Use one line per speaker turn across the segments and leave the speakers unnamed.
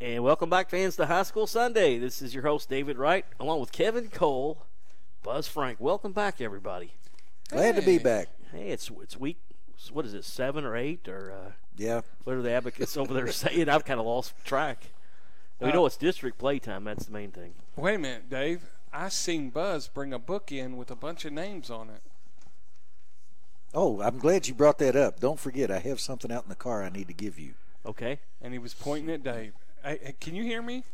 And welcome back, fans, to High School Sunday. This is your host, David Wright, along with Kevin Cole, Buzz Frank. Welcome back, everybody.
Glad to be back.
Hey, it's it's week, what is it, seven or eight? Or uh,
Yeah.
what are the advocates over there saying? I've kind of lost track. We
Uh,
know it's district playtime. That's the main thing.
Wait a minute, Dave. I seen Buzz bring a book in with a bunch of names on it.
Oh, I'm glad you brought that up. Don't forget, I have something out in the car I need to give you.
Okay.
And he was pointing at Dave. Hey, hey, can you hear me?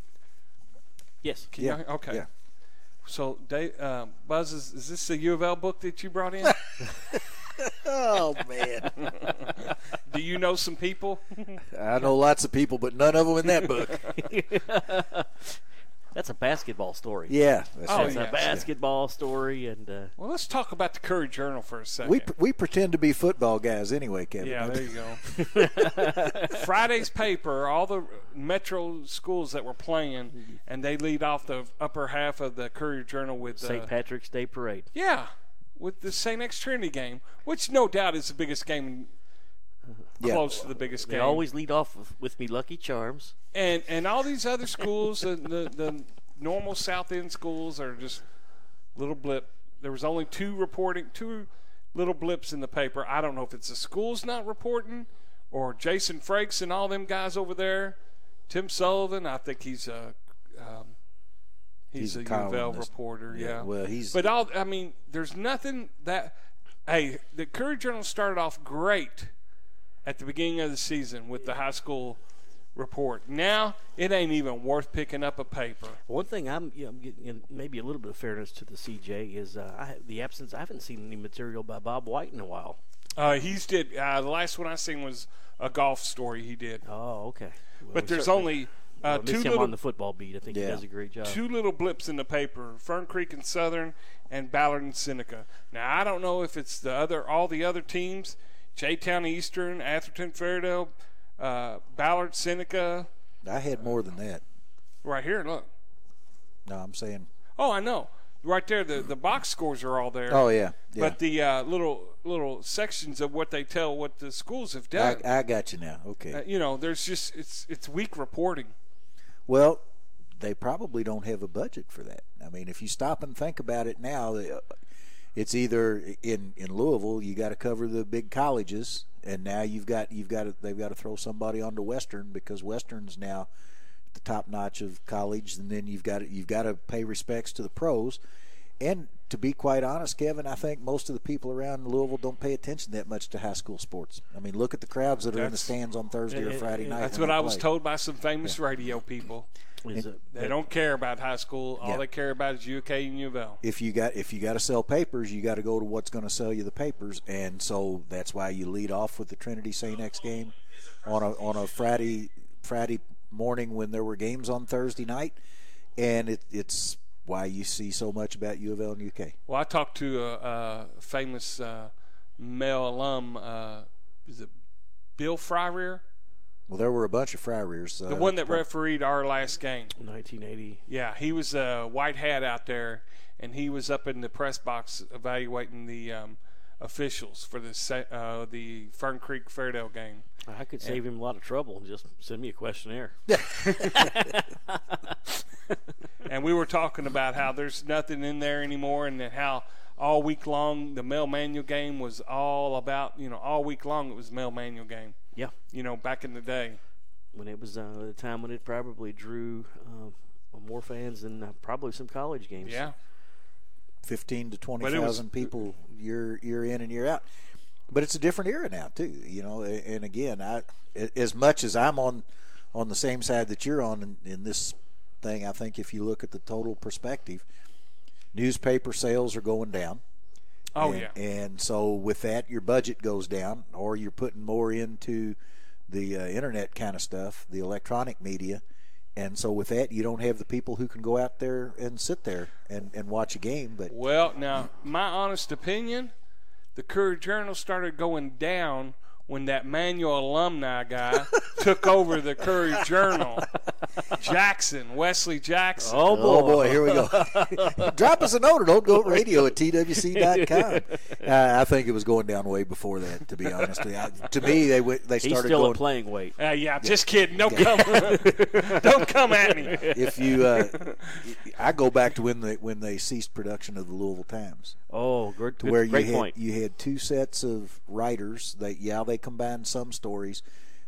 Yes.
Can
Yeah,
you, okay.
yeah.
So, Dave, uh, Buzz, is, is this the U of L book that you brought in?
Oh man,
Do you know some people?
I know lots of people, but none of them in that book.
That's a basketball story.
Yeah. That's
Oh,
It's
yeah.
a basketball story, and uh,
Well, let's talk about the Courier Journal for a second.
We we pretend to be football guys anyway, Kevin.
yeah, there you go. Friday's paper, all the metro schools that were playing, and they lead off the upper half of the Courier Journal with
St.
uh,
Patrick's Day Parade.
Yeah, with the St. X Trinity game, which no doubt is the biggest game,
Yeah.
close to the biggest
They
game.
always lead off with, with me Lucky Charms.
and and all these other schools, the, the the normal South End schools are just little blip. There was only two reporting, two little blips in the paper. I don't know if it's the schools not reporting, or Jason Frakes and all them guys over there. Tim Sullivan, I think he's a um, he's,
He's a
a, U of L
columnist.
reporter. Yeah.
Well, he's
But all I mean, there's nothing that hey, the Courier Journal started off great at the beginning of the season with the high school report. Now it ain't even worth picking up a paper.
One thing I'm, you know, I'm getting in maybe a little bit of fairness to the CJ is uh, I, the absence. I haven't seen any material by Bob White in a while.
Uh, he's did uh, the last one I seen was a golf story he did,
Oh, okay. Well,
but
we
there's
certainly-
only uh,
we'll miss
two
him on the
little
football beat. I think he
Yeah.
does a great job.
two little blips in the paper: Fern Creek and Southern, and Ballard and Seneca. Now I don't know if it's the other all the other teams: J Town Eastern, Atherton Fairdale, uh, Ballard, Seneca.
I had more than that.
Right here, look.
No, I'm saying.
Oh, I know. Right there, the, the box scores are all there.
Oh yeah. Yeah.
But the uh, little little sections of what they tell what the schools have
I,
done.
I got you now. Okay.
uh, you know, there's just it's it's weak reporting.
Well, they probably don't have a budget for that. I mean, if you stop and think about it now, uh, it's either in in Louisville you got to cover the big colleges, and now you've got you've got to, they've got to throw somebody onto Western because Western's now at the top notch of college, and then you've got to, you've got to pay respects to the pros. And to be quite honest, Kevin, I think most of the people around Louisville don't pay attention that much to high school sports. I mean, look at the crowds that are in the
That's-
stands on Thursday or
Yeah,
Friday
yeah,
night.
That's
when
what
they
I was
play.
told by some famous radio people.
Is it-
They don't care about high school. All
Yeah.
they care about is UK and U of L.
if you got if you got to sell papers, you got to go to what's going to sell you the papers, and so that's why you lead off with the Trinity St. X game on a on a Friday Friday morning when there were games on Thursday night, and it, it's why you see so much about U of L and UK.
Well, I talked to a, a famous uh, male alum. Uh, is it Bill Fryrear?
Well, there were a bunch of fry rears. Uh,
The one that refereed our last game.
1980.
Yeah, he was a white hat out there, and he was up in the press box evaluating the um, officials for the sa- uh, the Fern Creek Fairdale game.
I could save him a lot of trouble and just send me a questionnaire.
and we were talking about how there's nothing in there anymore, and then how all week long the Mel Manual game was all about. You know, all week long it was Mel Manual game.
Yeah,
You know, back in the day.
when it was uh, the time when it probably drew uh, more fans than uh, probably some college games.
Yeah.
fifteen to twenty
But it was-
thousand people year year in and year out. But it's a different era now too, you know. a- And again, I a- as much as I'm on on the same side that you're on in, in this thing, I think if you look at the total perspective, newspaper sales are going down.
Oh
and,
yeah.
And so with that, your budget goes down, or you're putting more into the uh, internet kind of stuff, the electronic media. And so with that, you don't have the people who can go out there and sit there and, and watch a game. But
Well, now, my honest opinion, the Courier Journal started going down when that Manual alumni guy took over the Courier Journal. Jackson, Wesley Jackson.
Oh boy.
Oh boy, here we go. Drop us a note at Old Goat Radio at twc.com. Uh, I think it was going down way before that. To be honest, with you. I, to me they went, they
He's
started
still
going.
in playing weight.
Uh, yeah, just kidding. Don't come. don't come at me.
If you, uh, I go back to when they when they ceased production of the Louisville Times,
Oh, good, good
where you
great
had
point.
you had two sets of writers that yeah they combined some stories,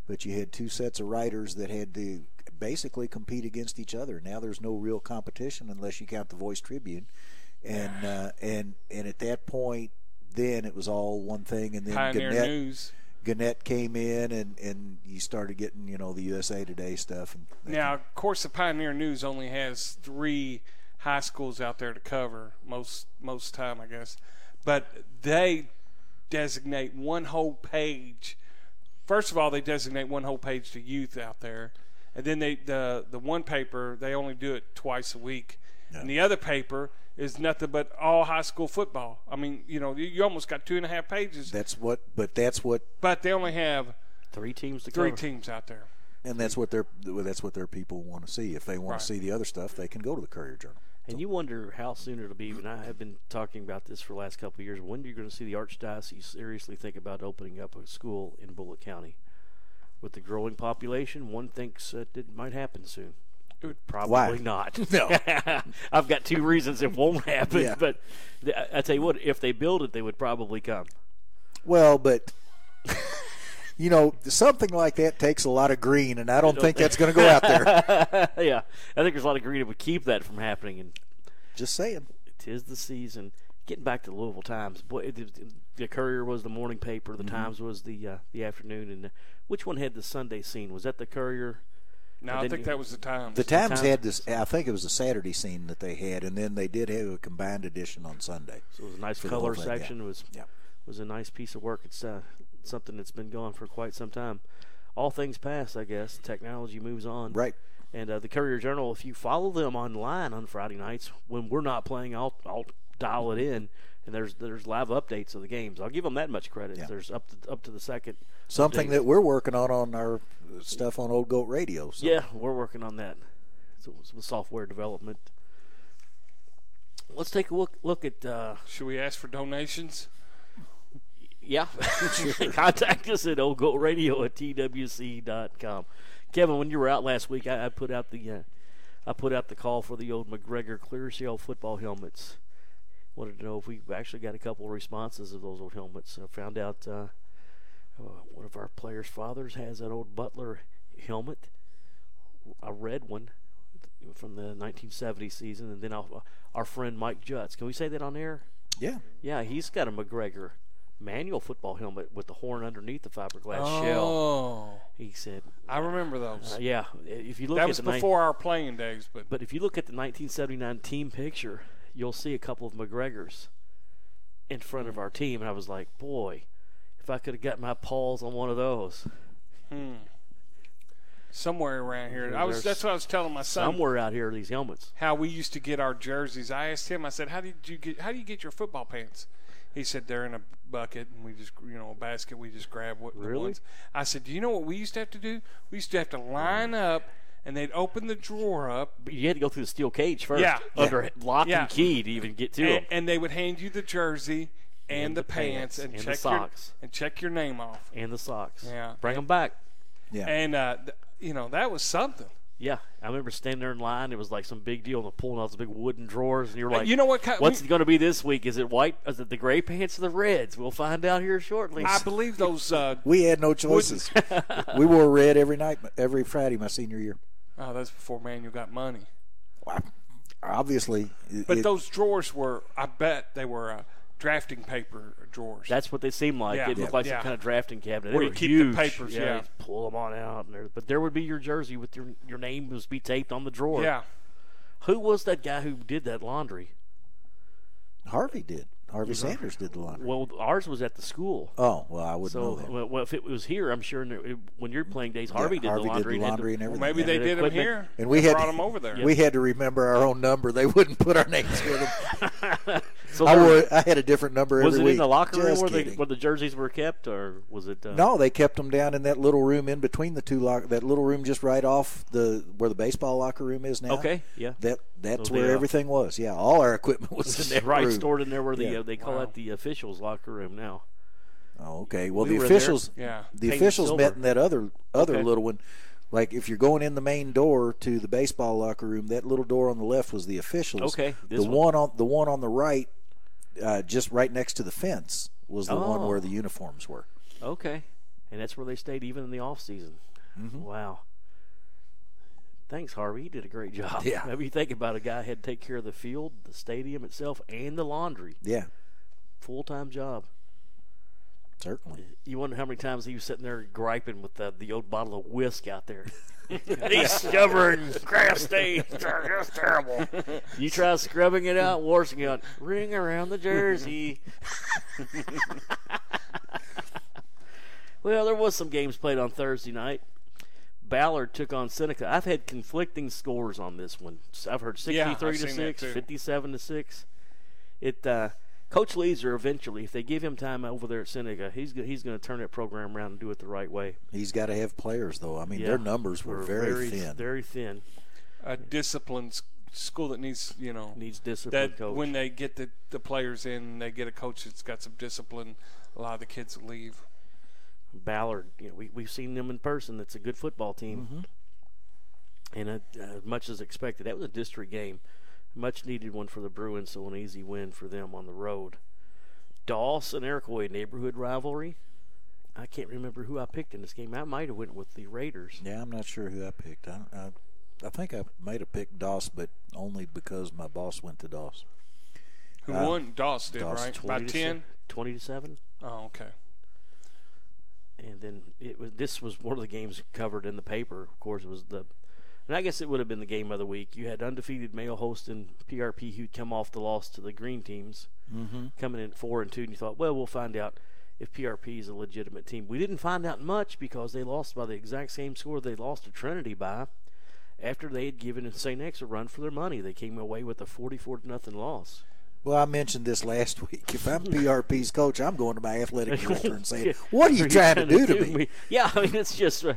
but you had two sets of writers that had to basically compete against each other. Now there's no real competition unless you count the Voice Tribune, and uh, and and at that point. Then it was all one thing, and then
Pioneer
Gannett,
News.
Gannett came in, and, and you started getting you know the USA Today stuff. And
Now, of course, the Pioneer News only has three high schools out there to cover most most time, I guess. But they designate one whole page. First of all, they designate one whole page to youth out there, and then they the the one paper they only do it twice a week, and the other paper is nothing but all high school football. I mean, you know, you, you almost got two and a half pages,
that's what, but that's what,
but they only have
Three teams to
three
cover.
teams out there.
and that's what their that's what their people want to see. If they want
Right.
to see the other stuff, they can go to the Courier Journal.
And you wonder how soon it'll be. And I have been talking about this for the last couple of years. When are you going to see the archdiocese seriously think about opening up a school in Bullitt County? With the growing population, one thinks that it might happen soon. Probably not.
No.
I've got two reasons it won't happen.
Yeah.
But th- I- I tell you what, if they build it, they would probably come.
Well, but you know something like that takes a lot of green, and I don't think that's going to go out there.
yeah, I think there's a lot of greed that would keep that from happening. And
Just saying.
tis the season. Getting back to the Louisville Times, boy, it, it, the Courier was the morning paper,
Mm-hmm.
the Times was the uh, the afternoon, and uh, which one had the Sunday scene? Was that the Courier?
No, I
then
think
you-
that was the time.
The
Times.
Times had this. I think it was a Saturday scene that they had, and then they did have a combined edition on Sunday.
So it was a nice
For the
color
whole thing, yeah.
section. It was
Yeah.
was a nice piece of work. It's uh, something that's been going for quite some time. All things pass, I guess. Technology moves on,
Right.
And uh, the Courier Journal, if you follow them online on Friday nights when we're not playing, I'll I'll dial it in, and there's there's live updates of the games. I'll give them that much credit.
Yeah.
There's up to, up to the second.
Something
update.
that we're working on on our stuff on Old Goat Radio. So.
Yeah, we're working on that. So it's with software development. Let's take a look look at uh,
Should we ask for donations?
yeah. Contact us at oldgoatradio at twc.com. Kevin, when you were out last week, I, I put out the uh, I put out the call for the old McGregor clear shell football helmets. Wanted to know if we actually got a couple of responses of those old helmets. I found out uh, uh, one of our players' fathers has that old Butler helmet, a red one from the 1970 season, and then our, our friend Mike Jutz. Can we say that on air?
Yeah.
Yeah, he's got a McGregor manual football helmet with the horn underneath the fiberglass
Oh.
shell. He said,
I remember those.
uh, "Yeah, if you look
that
at
was
the nine-
before our playing days, but
but if you look at the 1979 team picture, you'll see a couple of McGregors in front of our team." And I was like, "Boy, if I could have got my paws on one of those
somewhere around here, I was.
There's
That's what I was telling my son.
somewhere out here, are these helmets."
How we used to get our jerseys. I asked him. I said, "How did you get? How do you get your football pants?" He said, "They're in a bucket, and we just, you know, a basket. We just grab what the
Really?
ones." I said, "Do you know what we used to have to do? We used to have to line up, and they'd open the drawer up,
But you had to go through the steel cage first,
Yeah.
under lock
Yeah.
and key to even get to
and,
them.
and they would hand you the jersey and, the, pants, and,
and the
check
socks.
your and check your name off.
And the socks.
Yeah.
Bring them back.
Yeah.
And uh, th- you know that was something.
Yeah, I remember standing there in line. It was like some big deal, and they're pulling out the big wooden drawers, and you're like,
you know what kind-
What's
we-
it going to be this week? Is it white? Is it the gray pants or the reds? We'll find out here shortly.
I believe those. Uh,
we had no choices. we wore red every night, every Friday my senior year.
oh, that's before Manuel got money.
Wow. Obviously, it-
But
it-
those drawers were. I bet they were uh, drafting paper drawers.
That's what they seemed like.
Yeah.
it looked
Yeah.
like
Yeah.
some kind of drafting cabinet.
Where
they
you
were
keep the
huge.
papers, yeah.
you'd pull them on out, and there, but there would be your jersey with your your name was be taped on the drawer.
yeah.
who was that guy who did that laundry?
Harvey did. Harvey
Mm-hmm.
Sanders did the laundry.
Well, ours was at the school.
Oh well, I wouldn't know
So,
that.
well, well, if it was here, I'm sure in the- when you're playing days,
Yeah,
Harvey did the laundry. and had to-
and everything.
Maybe
yeah.
they
the
did them
equipment.
here,
And we had
brought
to-
them over there.
We had to remember our own number. They wouldn't put our names with them.
So
I
there-
wore. I had a different number
Was it
every week.
in the locker room
Just
where the,
kidding.
where the jerseys were kept, or was it? Uh,
No, they kept them down in that little room in between the two lock. That little room just right off the where the baseball locker room is now.
Okay, yeah.
That that's
So they,
where
uh,
everything was. Yeah, all our equipment was in that
right
room.
stored in there where the
Yeah.
uh, they call it the officials' locker room now.
Oh, okay. Well,
We
the
were there.
officials.
Yeah.
The
Painted
officials met
silver.
in that other other
Okay.
little one. Like if you're going in the main door to the baseball locker room, that little door on the left was the officials.
Okay,
The
this
one on the one on the right, uh, just right next to the fence, was the one
Oh.
where the uniforms were.
Okay, and that's where they stayed even in the off season.
Mm-hmm.
Wow. Thanks, Harvey. You did a great job.
Yeah.
Maybe you think about a guy had to take care of the field, the stadium itself, and the laundry.
Yeah,
Full time job.
certainly.
You wonder how many times he was sitting there griping with the, the old bottle of whisk out there. These stubborn grass stains are just terrible. You try scrubbing it out, washing it out, ring around the jersey. well, there was some games played on Thursday night. Ballard took on Seneca. I've had conflicting scores on this one. I've heard
Yeah, I've
63 to
seen that
6,
too.
57 to 6. It uh, Coach Leeser eventually, if they give him time over there at Seneca, he's go- he's going to turn that program around and do it the right way.
He's got to have players, though. I mean,
Yeah.
their numbers were,
We're
very, thin.
Very thin.
a disciplined s- school that needs you know
Needs discipline,
that
coach.
when they get the, the players in, they get a coach that's got some discipline. A lot of the kids leave.
Ballard, you know, we, we've seen them in person. That's a good football team.
Mm-hmm.
And uh, as much as expected, that was a district game. Much needed one for the Bruins, so an easy win for them on the road. Doss and Iroquois neighborhood rivalry. I can't remember who I picked in this game. I might have went with the Raiders.
Yeah, I'm not sure who I picked. I, I, I think I made a pick DOS, but only because my boss went to DOS.
Who won? Doss did
Doss
right by
20 to se-
ten.
Twenty to seven.
Oh, okay.
and then it was this was one of the games covered in the paper. Of course, it was the, and I guess it would have been the game of the week. You had undefeated Mayo Host and PRP who'd come off the loss to the Green teams, mm-hmm. coming in at four and two, and you thought, well, we'll find out if PRP is a legitimate team. We didn't find out much because they lost by the exact same score they lost to Trinity by. After they had given St. X a run for their money, they came away with a forty-four to nothing loss.
Well, I mentioned this last week. If I'm PRP's coach, I'm going to my athletic director and saying,
Yeah.
"What are you trying to do to
do
me?"
Yeah, I mean it's just uh,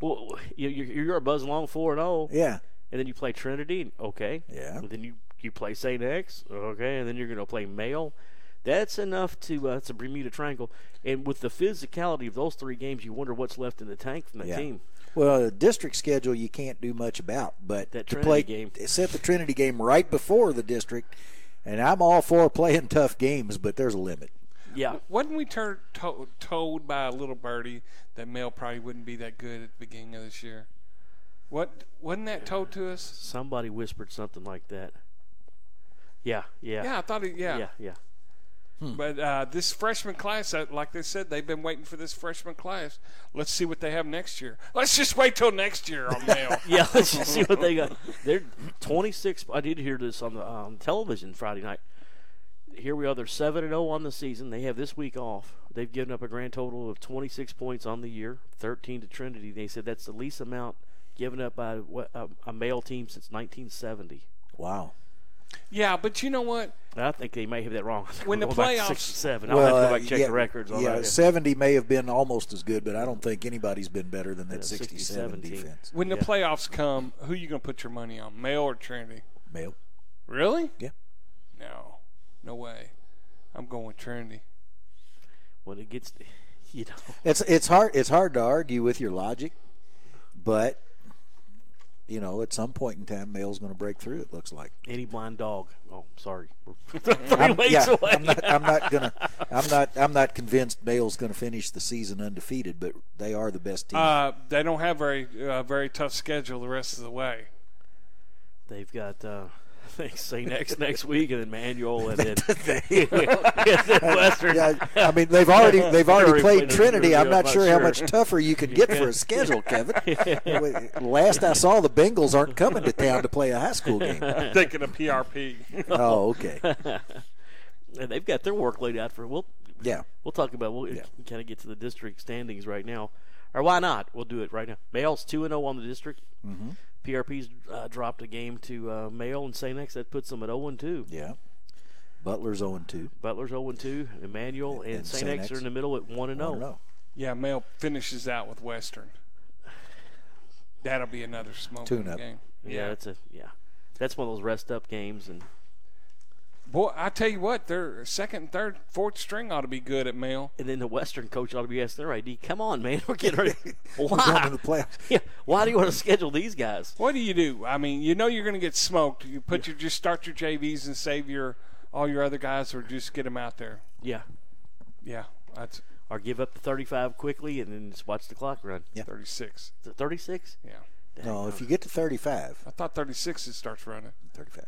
well, you, you- you're buzzing along four and zero,
Yeah,
and then you play Trinity, and- okay,
Yeah.
And then you you play Saint X, okay, and then you're going to play Mail. That's enough to uh, it's a Bermuda Triangle, and with the physicality of those three games, you wonder what's left in the tank from that
yeah.
team.
Well, the district schedule you can't do much about, but
That
to
Trinity
play
game.
set the Trinity game right before the district, and I'm all for playing tough games, but there's a limit.
Yeah,
Wasn't we tur to- told by a little birdie that Mel probably wouldn't be that good at the beginning of this year? What wasn't that told to us?
somebody whispered something like that. Yeah, yeah,
Yeah, I thought it. Yeah,
yeah, yeah.
but uh, this freshman class, uh, like they said, they've been waiting for this freshman class. Let's see what they have next year. Let's just wait till next year on Mel.
Yeah, let's just see what they got. They're 26. I did hear this on the um, television Friday night. Here we are. They're seven and zero on the season. They have this week off. They've given up a grand total of 26 points on the year, 13 to Trinity. They said that's the least amount given up by what- a, a male team since 1970.
Wow.
yeah, but you know what?
I think they may have that wrong. I think
When
we're
the
going back to
playoffs-
67. I'll have to go back and check
yeah,
the records on
yeah,
that.
70 may have been almost as good, but I don't think anybody's been better than that 67
67 team.
defense.
When the playoffs come, who you gonna put your money on, Mel or Trinity?
Male.
Really?
Yeah.
No, no way. I'm going with Trinity.
When it gets, you know,
It's it's hard it's hard to argue with your logic, but you know, at some point in time male's going to break through it looks like.
any blind dog. Oh, sorry. We're 3 weeks
yeah,
away.
I'm not I'm not going to I'm not I'm not convinced male's going to finish the season undefeated, but they are the best team.
Uh, they don't have very uh, very tough schedule the rest of the way.
They've got uh, I think St. X next week, and then Manuel, and then
They-
Western.
yeah, I mean they've already they've already
Already
played
played the
Trinity.
Trinity,
I'm
I'm
not
not
sure how
sure.
much tougher you can get for a schedule, Kevin. Last I saw, the Bengals aren't coming to town to play a high school game.
Thinking of PRP.
Oh, okay,
And they've got their work laid out for. We'll
yeah.
we'll talk about. We'll kind of get to the district standings right now, or why not? We'll do it right now. Mail's two and zero on the district. Mm-hmm. PRP's uh, dropped a game to uh, Mail and St. X. That puts them at zero and oh two.
Yeah. Butler's 0 2.
Butler's 0 2, Emmanuel and,
And
St.
Saint
X are
X.
in the middle at 1 and oh. 0.
No.
Yeah, Mel finishes out with Western. That'll be another smoke
Tune-up.
game.
Yeah, that's a yeah. That's one of those rest up games and
Boy, I tell you what, their second, and third, fourth string ought to be good at Mel.
and then the Western coach ought to be asking their ID, "Come on, man, we're getting ready.
We're going to
Why?
the playoffs.
Yeah, why do you want to schedule these guys?
What do you do? I mean, you know you're going to get smoked. You put your just start your JVs and save your all your other guys, or just get them out there.
Yeah,
Yeah, that's
or give up the 35 quickly and then just watch the clock run.
Yeah.
36.
Is it 36?
Yeah,
No, if you get to 35,
I thought 36 it starts running.
35.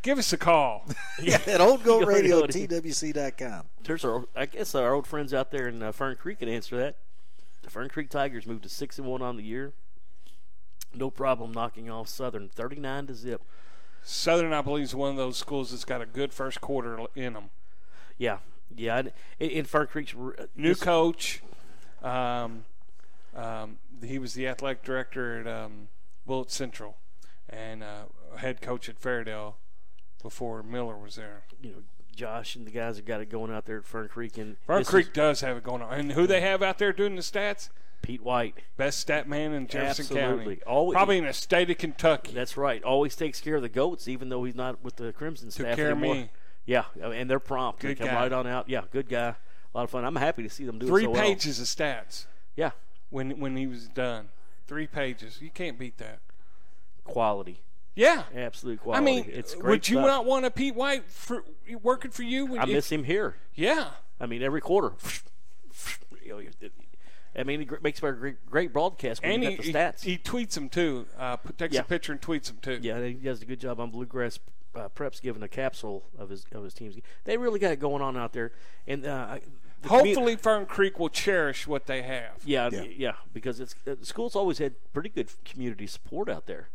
Give us a call.
Yeah, at Old Gold
Gold
Radio,
Radio.
TWC.com.
There's our, I guess our old friends out there in uh, Fern Creek can answer that. The Fern Creek Tigers moved to six and one on the year. No problem knocking off Southern 39 to zip.
Southern, I believe, is one of those schools that's got a good first quarter in them.
Yeah, yeah. And, and Fern Creek's r- uh,
New
this-
coach. Um, um, he was the athletic director at um, Willett Central and uh, head coach at Fairdale before Miller was there.
you know Josh and the guys have got it going out there at Fern Creek and
Fern
this is
Creek does have it going on. And who they have out there doing the stats?
Pete White.
Best stat man in Jefferson
Absolutely.
County.
Always-
Probably in the state of Kentucky.
That's right. Always takes care of the goats, even though he's not with the Crimson
Took
staff
care of
anymore.
me.
Yeah, uh, and they're prompt.
Good
they come
guy.
right on out. Yeah, good guy. A lot of fun. I'm happy to see them do
Three
it so
pages of stats
Well. Yeah,
when when he was done. Three pages. You can't beat that.
quality,
Yeah.
absolute
I
quality.
mean,
it's great
would you
stuff.
not want a Pete White for, working for you? When
I
you-
miss him here.
Yeah.
I mean, every quarter. You know, you- I mean, it gr- makes for a great, great broadcast when
And
you
he,
get the stats.
he, he tweets them too. Uh, p- takes
Yeah.
a picture and tweets them too.
yeah, he does a good job on Bluegrass uh, Preps giving a capsule of his of his teams. They really got it going on out there, and uh, I- the commu-
Hopefully, Fern Creek will cherish what they have.
Yeah, yeah,
Yeah.
because it's uh, the school's always had pretty good community support out there.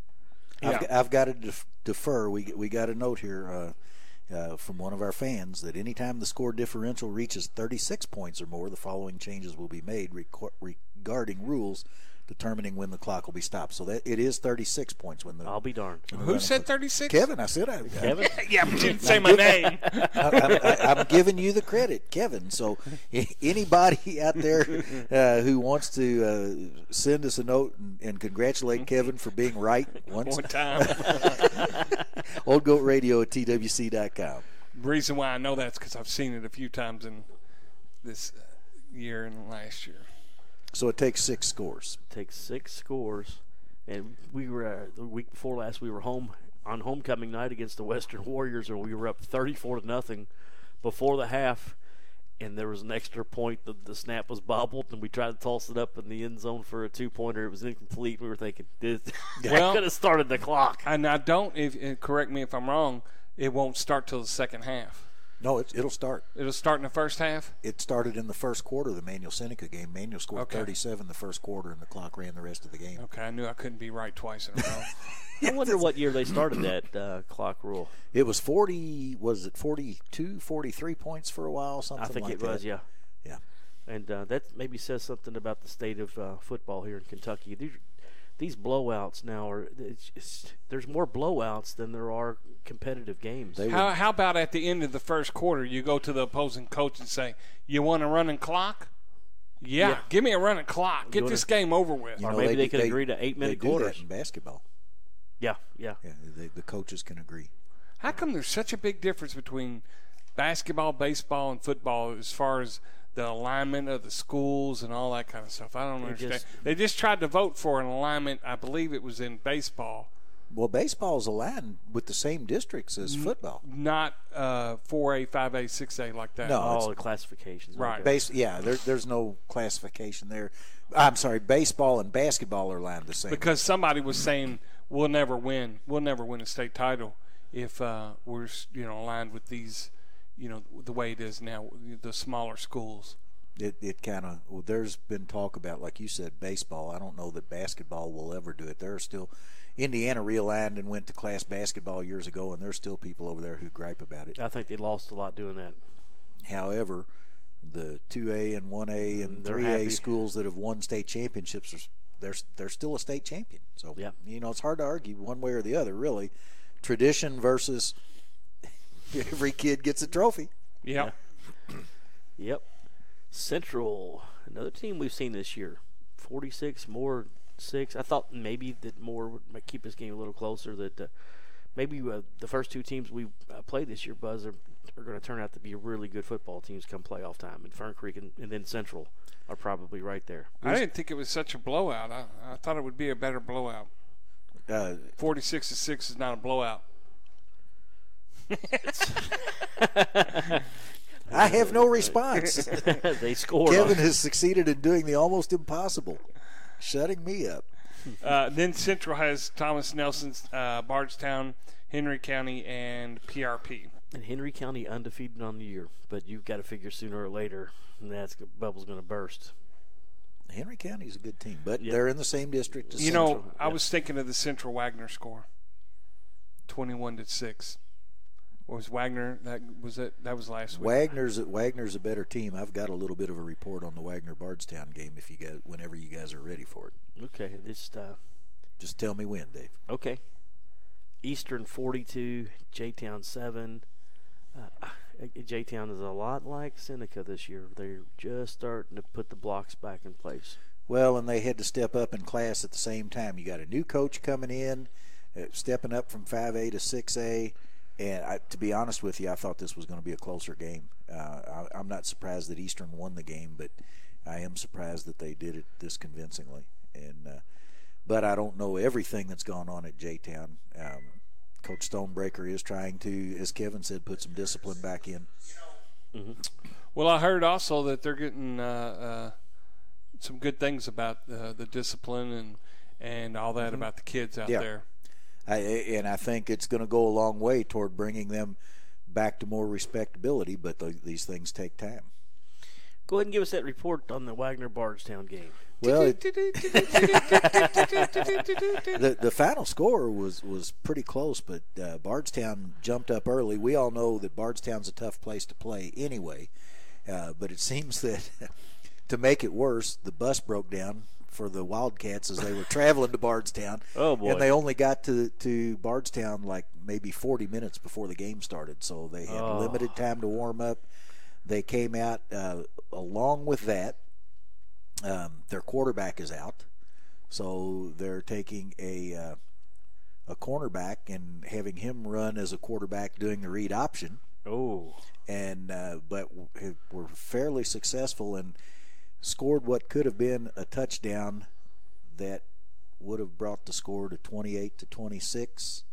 Yeah.
I've, g- I've got to def- defer. We we got a note here uh, uh, from one of our fans that anytime the score differential reaches 36 points or more, the following changes will be made reco- regarding rules determining when the clock will be stopped. So that it is 36 points when the
I'll be darned.
Who said 36?
Kevin. I said I,
Kevin,
Yeah, but you didn't say my name.
I, I, I'm giving you the credit, Kevin. So a- anybody out there uh, who wants to uh, send us a note and, and
Mm-hmm.
congratulate Kevin for being right once,
One time.
old goat radio at twc.com.
reason why I know that's because I've seen it a few times in this uh, year and last year.
So it takes six scores.
takes six scores, and we were uh, the week before last. We were home on homecoming night against the Western Warriors, and we were up thirty-four to nothing before the half. And there was an extra point that the snap was bobbled, and we tried to toss it up in the end zone for a two-pointer. It was incomplete. We were thinking, "This
Well-
could have started the clock."
And I don't, if, and correct me if I'm wrong, it won't start till the second half.
No, it, it'll start.
It'll start in the first half.
It started in the first quarter of the Manuel Seneca game. Manuel scored
Okay.
37 the first quarter, and the clock ran the rest of the
Oh.
game.
Okay, I knew I couldn't be right twice in a row.
I wonder what year they started that uh, clock rule.
It was 40, was it 42, 43 points for a while, something
I
like that?
think it was, yeah.
Yeah.
and uh, that maybe says something about the state of uh, football here in Kentucky. These, these blowouts now are it's just, there's more blowouts than there are competitive games.
They
how, how about at the end of the first quarter, you go to the opposing coach and say, "You want a running clock? Yeah,
Yeah.
give me a running clock. Get
wanna-
this game over with."
You know,
maybe they
do-
could agree to eight-minute
they do
quarters.
That in basketball.
yeah, yeah,
Yeah, they, the coaches can agree.
How come there's such a big difference between basketball, baseball, and football as far as the alignment of the schools and all that kind of stuff? I don't understand.
just-
they just tried to vote for an alignment. I believe it was in baseball,
Well, baseball's aligned with the same districts
Mm-hmm.
as football.
not uh, four A, five A, six A like that.
No,
all
it's-
the classifications.
Right.
Okay.
Base, yeah, there, there's no classification there. I'm sorry, baseball and basketball are aligned the same.
because somebody was saying we'll never win, we'll never win a state title if uh, we're you know aligned with these, you know the way it is now, the smaller schools.
it, it kind of well, there's been talk about like you said baseball i don't know that basketball will ever do it there are still indiana realigned and went to class basketball years ago and there's still people over there who gripe about it
I think they lost a lot doing that.
however the 2a and 1a and
They're
3a
happy.
schools that have won state championships are they're, they're still a state champion so
Yeah.
you know it's hard to argue one way or the other really tradition versus Every kid gets a trophy.
Yep.
Yep. Central, another team we've seen this year. 46, more six. I thought maybe that more would might keep this game a little closer. That uh, maybe uh, the first two teams we uh, played this year, Buzz, are, are going to turn out to be really good football teams come playoff time. And Fern Creek and, and then Central are probably right there.
I didn't think it was such a blowout. I, I thought it would be a better blowout.
Uh,
46 to 6 is not a blowout.
I have no response.
they scored. on-
Kevin has succeeded in doing the almost impossible, shutting me up.
Uh, then Central has Thomas Nelson's uh, Bardstown, Henry County, and PRP.
And Henry County undefeated on the year, but you've got to figure sooner or later that's bubble's going to burst.
Henry County's a good team, but they're in the same district as
You know,
Central,
I
yeah.
was thinking of the Central Wagner score, twenty-one to six. Was Wagner that was it? That was last week.
Wagner's Wagner's a better team. I've got a little bit of a report on the Wagner Bardstown game if you guys whenever you guys are ready for it.
Okay, this uh,
Just tell me when, Dave.
okay. Eastern forty-two, J Town seven. Uh, J Town is a lot like Seneca this year. They're just starting to put the blocks back in place.
Well, and they had to step up in class at the same time. You got a new coach coming in, uh, stepping up from 5A to 6A. And I, to be honest with you, I thought this was going to be a closer game. Uh, I, I'm not surprised that Eastern won the game, but I am surprised that they did it this convincingly. And uh, but I don't know everything that's gone on at J Town. Um, coach Stonebreaker is trying to, as Kevin said, put some discipline back in.
Well, I heard also that they're getting uh, uh, some good things about uh, the discipline and and all that about the kids out
Yeah.
there.
I, and I think it's going to go a long way toward bringing them back to more respectability. But th these things take time.
Go ahead and give us that report on the Wagner Bardstown game.
Well, it, the the final score was was pretty close, but uh, Bardstown jumped up early. We all know that Bardstown's a tough place to play anyway, uh, but it seems that to make it worse, the bus broke down for the Wildcats as they were traveling to Bardstown.
Oh, boy.
And they only got to to Bardstown like maybe 40 minutes before the game started, so they had
Oh.
limited time to warm up. They came out uh, along with that. Um, their quarterback is out. So they're taking a uh, a cornerback and having him run as a quarterback doing the read option,
Oh,
and uh, but w- were fairly successful and scored what could have been a touchdown that would have brought the score to 28 to 26.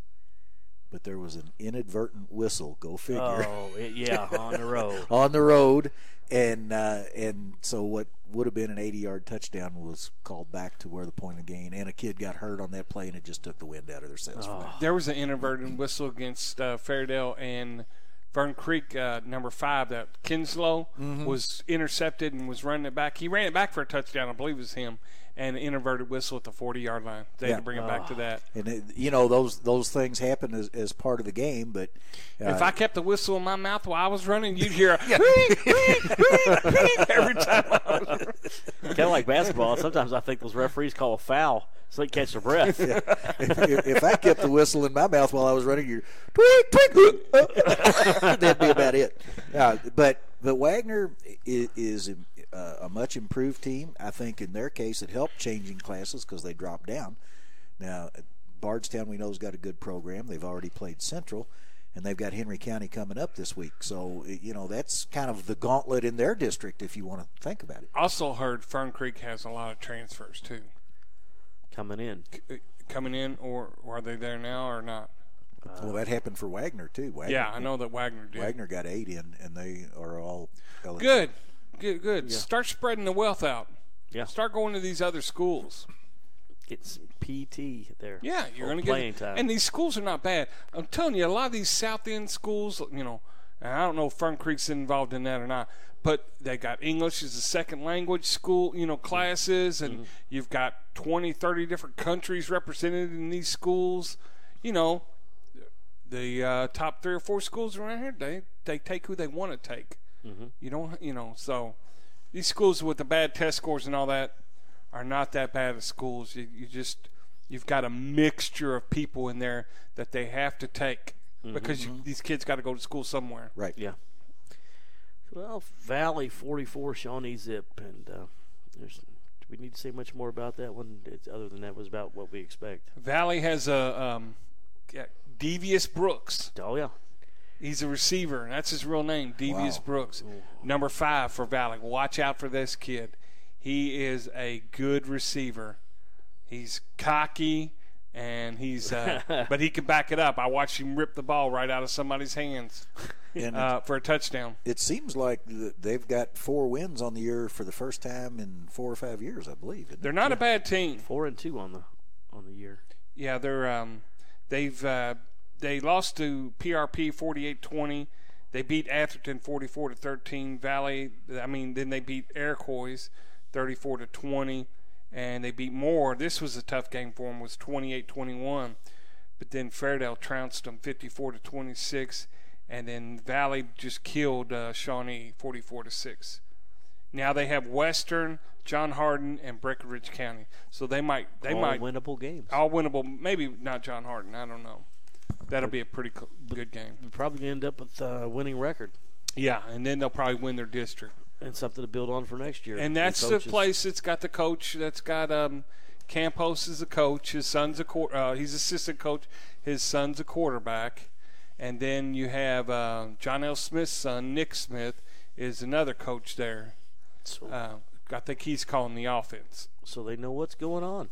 But there was an inadvertent whistle. Go figure
oh, yeah, on the road.
on the road, and uh, and so what would have been an 80-yard touchdown was called back to where the point of gain, and a kid got hurt on that play, and it just took the wind out of their sails. from that.
There was an inadvertent whistle against uh, Fairdale and Fern Creek, uh, number five. That Kinslow was intercepted and was running it back. He ran it back for a touchdown, I believe it was him, and inverted whistle at the 40 yard line. They had
Yeah.
to bring it back to that.
And it, you know those those things happen as, as part of the game, but uh,
If I kept the whistle in my mouth while I was running, you'd hear a "Wee, wee, wee, wee," every time. I was running.
kind of like basketball. Sometimes I think those referees call a foul so they can catch their breath.
if, if I kept the whistle in my mouth while I was running, you tweet tweet. uh, That'd be about it. Uh, but but Wagner is, is uh, a much improved team. I think in their case, it helped changing classes because they dropped down. Now Bardstown, we know, has got a good program. They've already played Central. And they've got Henry County coming up this week, so you know that's kind of the gauntlet in their district if you want to think about it.
Also heard Fern Creek has a lot of transfers too,
Coming in.
C- uh, coming in, or, or are they there now or not?
well, that happened for Wagner too. Wagner,
Uh. Yeah, I know that Wagner did.
Wagner got eight in, and they are all eligible.
Good, good, good. Start spreading the wealth out.
Yeah.
Start going to these other schools.
Get some PT there.
Yeah, you're
for
going to get
Oh, playing time.
And these schools are not bad. I'm telling you, a lot of these South End schools, you know, and I don't know if Fern Creek's involved in that or not, but they got English as a second language school, you know, classes, and
Mm-hmm.
you've got 20, 30 different countries represented in these schools. You know, the uh, top three or four schools around here, they they take who they want to take. You don't, you know, so these schools with the bad test scores and all that are not that bad as schools. You, you just you've got a mixture of people in there that they have to take. because you, these kids got to go to school somewhere.
Right.
Yeah. Well, Valley 44, Shawnee Zip, and uh, there's. Do we need to say much more about that one? It's, other than that, was about what we expect.
Valley has a um, yeah, Devious Brooks.
Oh yeah,
He's a receiver, and that's his real name, Devious
Wow.
Brooks. Number five for Valley. Watch out for this kid. He is a good receiver. He's cocky, and he's uh, but he can back it up. I watched him rip the ball right out of somebody's hands
And
uh, for a touchdown.
it seems like th- they've got four wins on the year for the first time in four or five years, I believe. isn't it?
They're not a bad team.
four and two on the on the year.
Yeah, they're um, they've uh, they lost to PRP 48-20. They beat Atherton 44 to 13. Valley, I mean, then they beat Iroquois 34 to 20, and they beat Moore. This was a tough game for them. Was 28-21, but then Fairdale trounced them 54 to 26, and then Valley just killed uh, Shawnee 44 to six. Now they have Western, John Hardin, and Breckenridge County, so they might they
All
might
winnable games.
all winnable. Maybe not John Harden. I don't know. That'll be a pretty co- good game.
We're probably gonna end up with uh, a winning record
Yeah, and then they'll probably win their district.
and something to build on for next year.
And that's the
coaches.
place that's got the coach. That's got um, Campos is a coach. His son's a quar- uh, he's assistant coach. His son's a quarterback. And then you have uh, John L. Smith's son, Nick Smith, is another coach there.
So,
Uh, I think he's calling the offense.
so they know what's going on.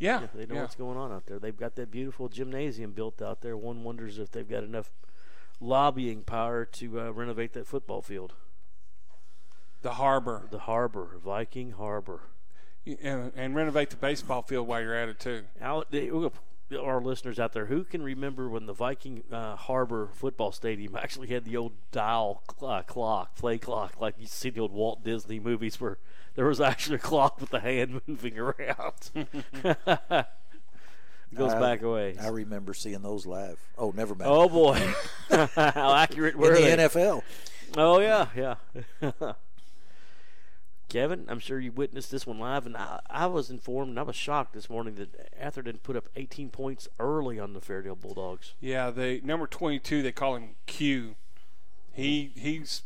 Yeah,
They know
yeah.
what's going on out there. They've got that beautiful gymnasium built out there. One wonders if they've got enough lobbying power to uh, renovate that football field.
the harbor
The harbor, Viking Harbor.
and, and renovate the baseball field while you're at it too.
Out, they, we're gonna- our listeners out there, who can remember when the Viking uh, Harbor football stadium actually had the old dial cl- uh, clock, play clock, like you see the old Walt Disney movies where there was actually a clock with the hand moving around? Goes
I-
back away.
Uh, I remember seeing those live. Oh, never mind.
Oh boy, how accurate
in
were
the
they?
NFL.
Oh yeah, yeah. Kevin, I'm sure you witnessed this one live, and I, I was informed and I was shocked this morning that Atherton put up 18 points early on the Fairdale Bulldogs.
Yeah, they number twenty two. They call him Q. He he's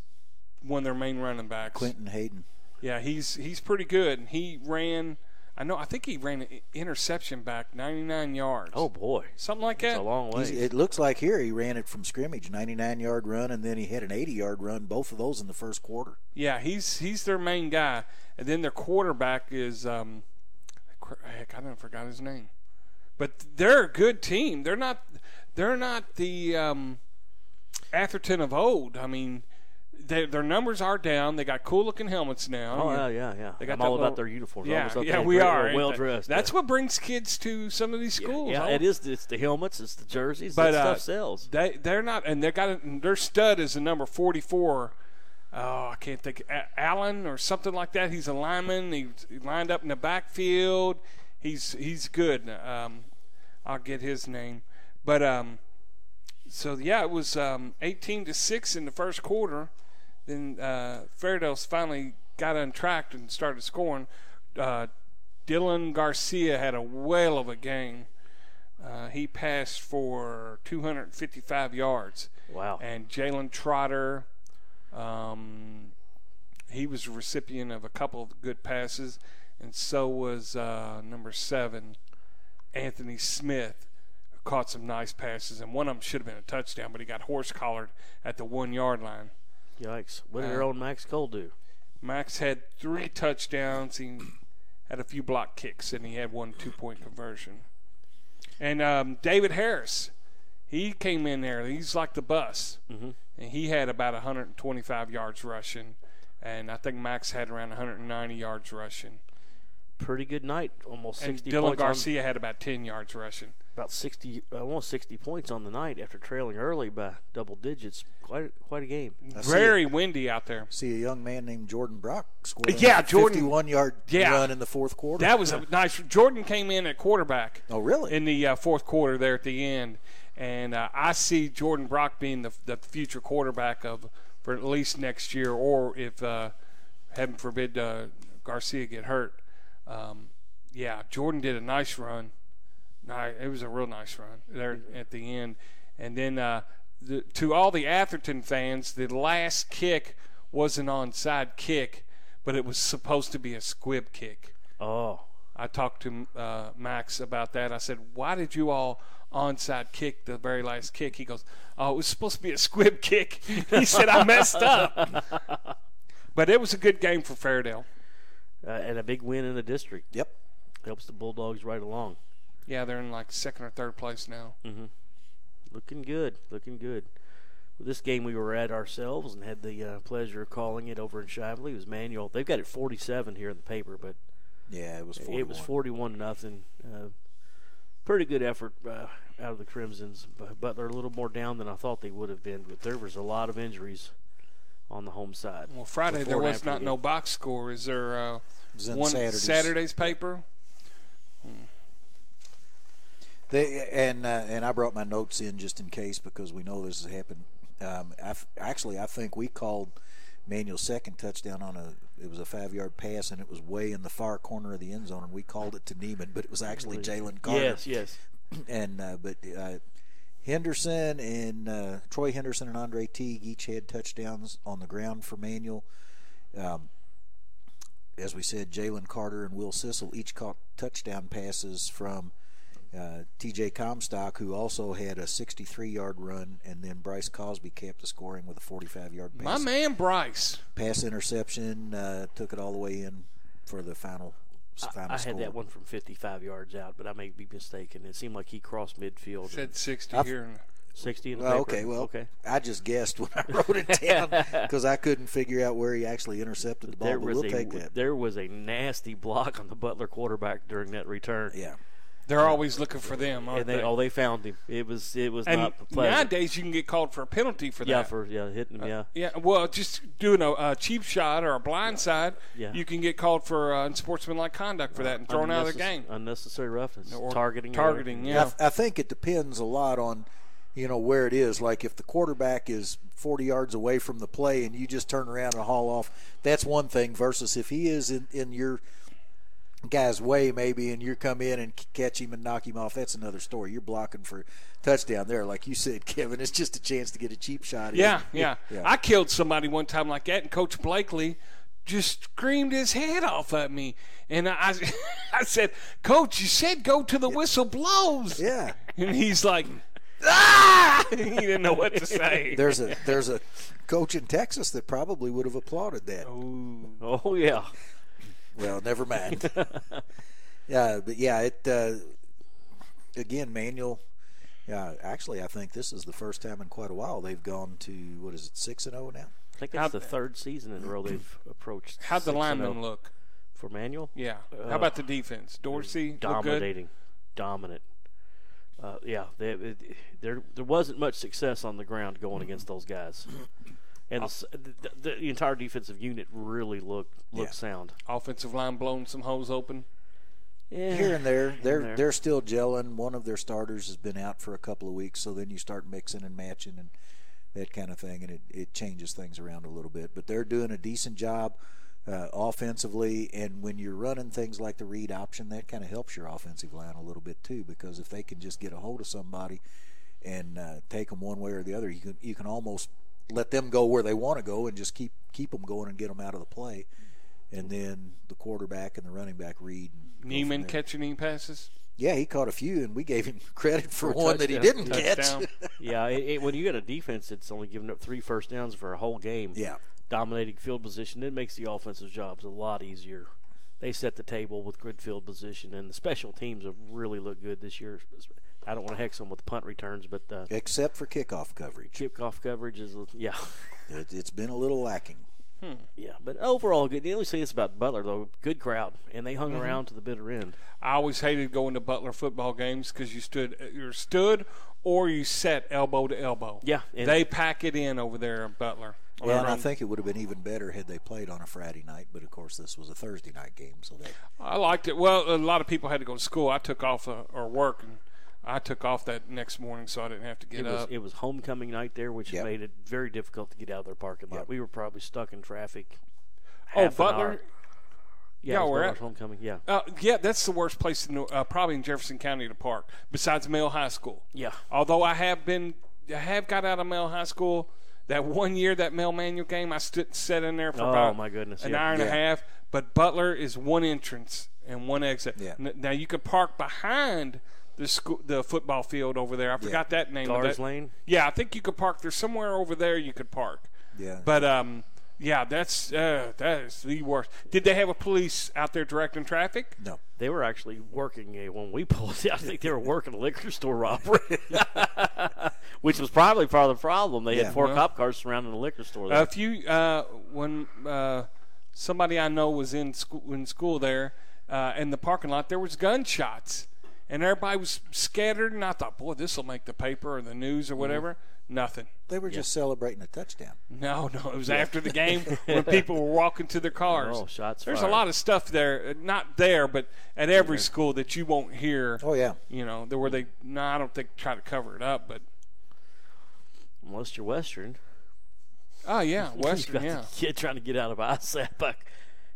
one of their main running backs.
Clinton Hayden.
Yeah, he's he's pretty good. And he ran. I know. I think he ran an i- interception back ninety nine yards.
Oh boy,
something like
it's
that.
a long
He's-
way.
It looks like here he ran it from scrimmage, 99 yard run, and then he had an 80 yard run, both of those in the first quarter.
Yeah, he's he's their main guy. And then their quarterback is um, cr- heck, I don't forgot his name. But they're a good team. They're not they're not the um, Atherton of old. I mean. They, their numbers are down. They got cool looking helmets now.
Oh yeah, yeah, yeah.
got
I'm
that
all
little-
about their uniforms. I
Yeah,
almost thought
yeah,
they
we
were
are. ain't
well
they?
dressed.
That's what brings kids to some of these schools.
yeah,
I
it
don't-
is. It's the helmets, it's the jerseys,
But,
that
uh,
stuff sells.
They they're not, and they got a, and their stud is the number forty four. Oh, I can't think. A- Allen or something like that. He's a lineman. He, he lined up in the backfield. He's he's good. Um, I'll get his name, but um, so yeah, it was um, eighteen to six in the first quarter. Then uh, Fairdale's finally got untracked and started scoring. Uh, Dylan Garcia had a whale of a game. Uh, he passed for 255 yards,
Wow.
and Jalen Trotter, um, he was a recipient of a couple of good passes, and so was uh, number seven, Anthony Smith, who caught some nice passes, and one of them should have been a touchdown, but he got horse collared at the one yard line.
Yikes! What did their own Max Cole do?
Max had three touchdowns. He had a few block kicks, and he had one two point conversion. And um, David Harris, he came in there. He's like the bus, mm-hmm. and he had about 125 yards rushing, and I think Max had around 190 yards rushing.
Pretty good night, almost
And
60
Dylan
points. on-
Garcia had about 10 yards rushing.
about 60 almost 60 points on the night after trailing early by double digits quite quite a game
Mm.
I see a-
Very windy out there.
See a young man named Jordan Brock scoring
Yeah,
a
Jordan-
51 yard
Yeah.
run in the fourth quarter.
That was a nice. Jordan came in at quarterback.
oh, really?
in the uh, fourth quarter there at the end, and uh, I see Jordan Brock being the, the future quarterback of for at least next year, or if uh, heaven forbid uh, Garcia get hurt. Um, yeah, Jordan did a nice run. Ni- It was a real nice run there at the end, And then uh, the, to all the Atherton fans, the last kick was an onside kick, but it was supposed to be a squib kick.
Oh,
I talked to uh, Max about that. I said, "Why did you all onside kick the very last kick?" He goes, "Oh, it was supposed to be a squib kick." he said, "I messed up." but it was a good game for Fairdale.
uh, and a big win in the district
Yep.
helps the Bulldogs right along.
Yeah, they're in like second or third place now.
Looking good, looking good. Well, this game we were at ourselves and had the uh, pleasure of calling it over in Shively. It was manual. They've got it 47 here in the paper, but
Yeah, it was 41.
it was 41 nothing. Uh, pretty good effort uh, out of the Crimsons, but, but they're a little more down than I thought they would have been. But there was a lot of injuries on the home side.
Well, Friday
Before
there
and
was
after the
not
game.
no box score. Is there uh,
was in
one
Saturdays.
Saturday's paper?
They, and uh, and I brought my notes in just in case because we know this has happened. Um, I f- actually I think we called Manuel's second touchdown on a it was a five yard pass and it was way in the far corner of the end zone and we called it to Neiman but it was actually Jalen Carter.
Yes, yes.
And uh, but uh, Henderson and uh, Troy Henderson and Andre Teague each had touchdowns on the ground for Manuel. Um, as we said, Jalen Carter and Will Sissel each caught touchdown passes from uh, T.J. Comstock, who also had a 63-yard run, and then Bryce Cosby capped the scoring with a 45-yard
My
pass.
man Bryce.
Pass interception uh, took it all the way in for the final final
I
score.
had that one from 55 yards out, but I may be mistaken. It seemed like he crossed midfield.
Said 60 here. and-
60 in the
Oh,
paper.
okay, well,
okay.
I just guessed when I wrote it down because I couldn't figure out where he actually intercepted the ball.
There
but
was
we'll
a
take that.
there was a nasty block on the Butler quarterback during that return.
yeah,
They're always looking for them, aren't
and they,
they?
oh they found him. It was it was
and
not pleasant.
nowadays you can get called for a penalty for
yeah,
that. Uh,
for yeah hitting him. Yeah,
yeah, well, just doing a, uh cheap shot or a blind side,
Yeah.
you can get called for uh, unsportsmanlike conduct for that and thrown out of the
Unnecess-
game.
Unnecessary roughness,
Or
targeting, or
targeting,
whatever.
yeah.
I, I think it depends a lot on you know where it is. Like if the quarterback is 40 yards away from the play and you just turn around and haul off, that's one thing. Versus if he is in, in your guy's way maybe and you come in and c- catch him and knock him off that's another story you're blocking for touchdown there like you said kevin it's just a chance to get a cheap shot in.
Yeah, yeah,
Yeah.
I killed somebody one time like that, and Coach Blakely just screamed his head off at me, and I, I, I said, "Coach, you said go to the whistle blows."
yeah
and he's like, "Ah!" he didn't know what to say.
There's a there's a coach in Texas that probably would have applauded that.
Oh yeah,
Well, never mind. yeah, but yeah, it uh, again, Manuel. Yeah, actually, I think this is the first time in quite a while they've gone to what is it six and zero now.
I think that's the third season in a row they've approached.
How'd
oh.
the
6-0
lineman look?
for Manuel?
Yeah. How about the defense? Dorsey look good.
dominating, dominant. Uh, yeah, they, it, there there wasn't much success on the ground going against those guys, and the, s- the, the, the entire defensive unit really looked looked
Yeah.
sound.
Offensive line blown some holes open.
Yeah.
Here and there, they're
there.
they're still gelling. One of their starters has been out for a couple of weeks, so then you start mixing and matching and that kind of thing, and it, it changes things around a little bit. But they're doing a decent job uh, offensively, and when you're running things like the read option, that kind of helps your offensive line a little bit too, because if they can just get a hold of somebody and uh, take them one way or the other, you can you can almost let them go where they want to go and just keep keep them going and get them out of the play. And then the quarterback and the running back read. and go from
Neiman
there.
catching any passes?
Yeah, he caught a few, and we gave him credit for, one that he
touchdown.
didn't
Touchdown.
catch.
Yeah, it, it, when you got a defense that's only giving up three first downs for a whole game,
Yeah.
dominating field position, it makes the offensive jobs a lot easier. They set the table with good field position, and the special teams have really looked good this year. I don't want to hex them with punt returns, but uh,
Except for kickoff coverage,
kickoff coverage is yeah,
it, it's been a little lacking.
yeah. But overall, good. The only thing that's about Butler though, good crowd, and they hung around to the bitter end.
I always hated going to Butler football games because you stood, you stood, or you sat elbow to elbow.
Yeah, and-
they pack it in over there at Butler.
Well, and I think it would have been even better had they played on a Friday night, but of course this was a Thursday night game, so that
I liked it. Well, a lot of people had to go to school. I took off uh, or work, and I took off that next morning, so I didn't have to get
It was
up.
it was homecoming night there, which
Yep.
made it very difficult to get out of their parking lot. We were probably stuck in traffic.
oh,
half an hour.
Butler,
Yeah,
Yeah,
it was
we're
Bellar's
at-
homecoming. Yeah,
Uh, yeah, that's the worst place in uh, probably in Jefferson County to park, besides Mill High School.
yeah.
Although I have been, I have got out of Mill High School. That one year, that Mill Manual game, I stood sat in there for
Oh,
about
my goodness,
an
yeah.
hour and a
Yeah.
half. But Butler is one entrance and one exit.
Yeah.
N- now you can park behind the school, the football field over there. I forgot that name. of
Garters
that-
Lane?
Yeah, I think you could park there somewhere over there. You could park.
Yeah.
But um, yeah, that's uh, that is the worst. Did they have a police out there directing traffic?
No.
They were actually working a, when we pulled out. I think they were working a liquor store robbery, which was probably part of the problem. They
Yeah.
had four cop cars surrounding the liquor store. There.
A few uh, when uh, somebody I know was in school in school there uh, in the parking lot, there was gunshots, and everybody was scattered. And I thought, boy, this will make the paper or the news or whatever. Nothing.
They were just celebrating a touchdown.
No, no. It was after the game when people were walking to their cars.
Oh, shots
There's
fired.
a lot of stuff there, uh, not there, but at every school that you won't hear.
Oh yeah.
You know, there where they. No, I don't think try to cover it up, but
Unless you're Western,
oh yeah,
You
Western,
got
yeah.
the kid trying to get out of ISAP. Like,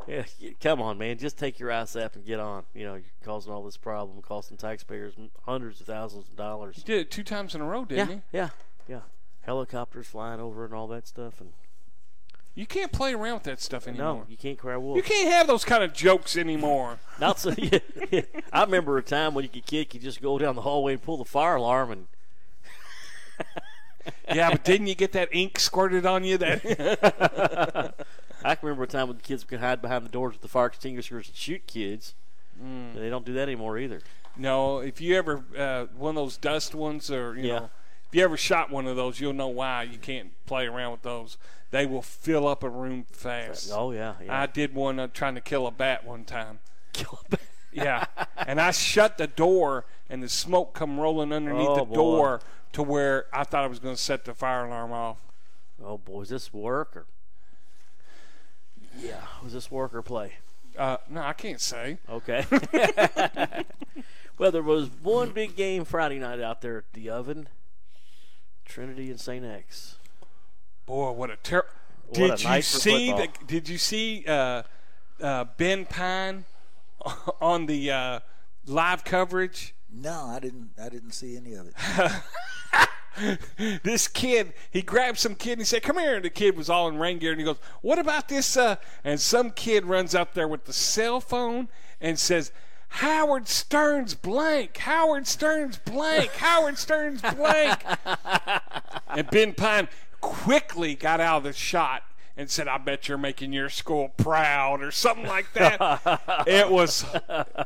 yeah, y- come on, man, just take your ISAP and get on. You know, you're causing all this problem, costing taxpayers m- hundreds of thousands of dollars.
Did it two times in a row,
Yeah,
didn't he?
yeah, yeah. Helicopters flying over and all that stuff, and
You can't play around with that stuff anymore.
no, you can't cry wolf.
You can't have those kind of jokes anymore.
Not so. Yeah, I remember a time when you could kick, you just go down the hallway and pull the fire alarm, and
yeah, but didn't you get that ink squirted on you? That
I can remember a time when the kids could hide behind the doors with the fire extinguishers and shoot kids.
Mm.
And They don't do that anymore either.
no, if you ever uh, one of those dust ones, or you
Yeah.
know, if you ever shot one of those, you'll know why you can't play around with those. They will fill up a room fast.
Oh yeah, yeah.
I did one uh, trying to kill a bat one time.
Kill a bat.
Yeah, and I shut the door, and the smoke come rolling underneath
Oh,
the
boy.
door to where I thought I was going to set the fire alarm off.
Oh boy, is this work or? Yeah, was this work or play?
Uh, no, I can't say.
Okay. well, there was one big game Friday night out there at the oven. Trinity and St. X.
Boy, what a ter-
What a
Did you
night for
see? The,
football.
did you see uh, uh, Ben Pine on the uh, live coverage?
No, I didn't. I didn't see any of it.
This kid, he grabbed some kid and he said, "Come here." And the kid was all in rain gear, and he goes, "What about this?" Uh? And some kid runs up there with the cell phone and says. Howard Stern's blank. Howard Stern's blank. Howard Stern's blank. And Ben Pine quickly got out of the shot and said, "I bet you're making your school proud," or something like that. it was,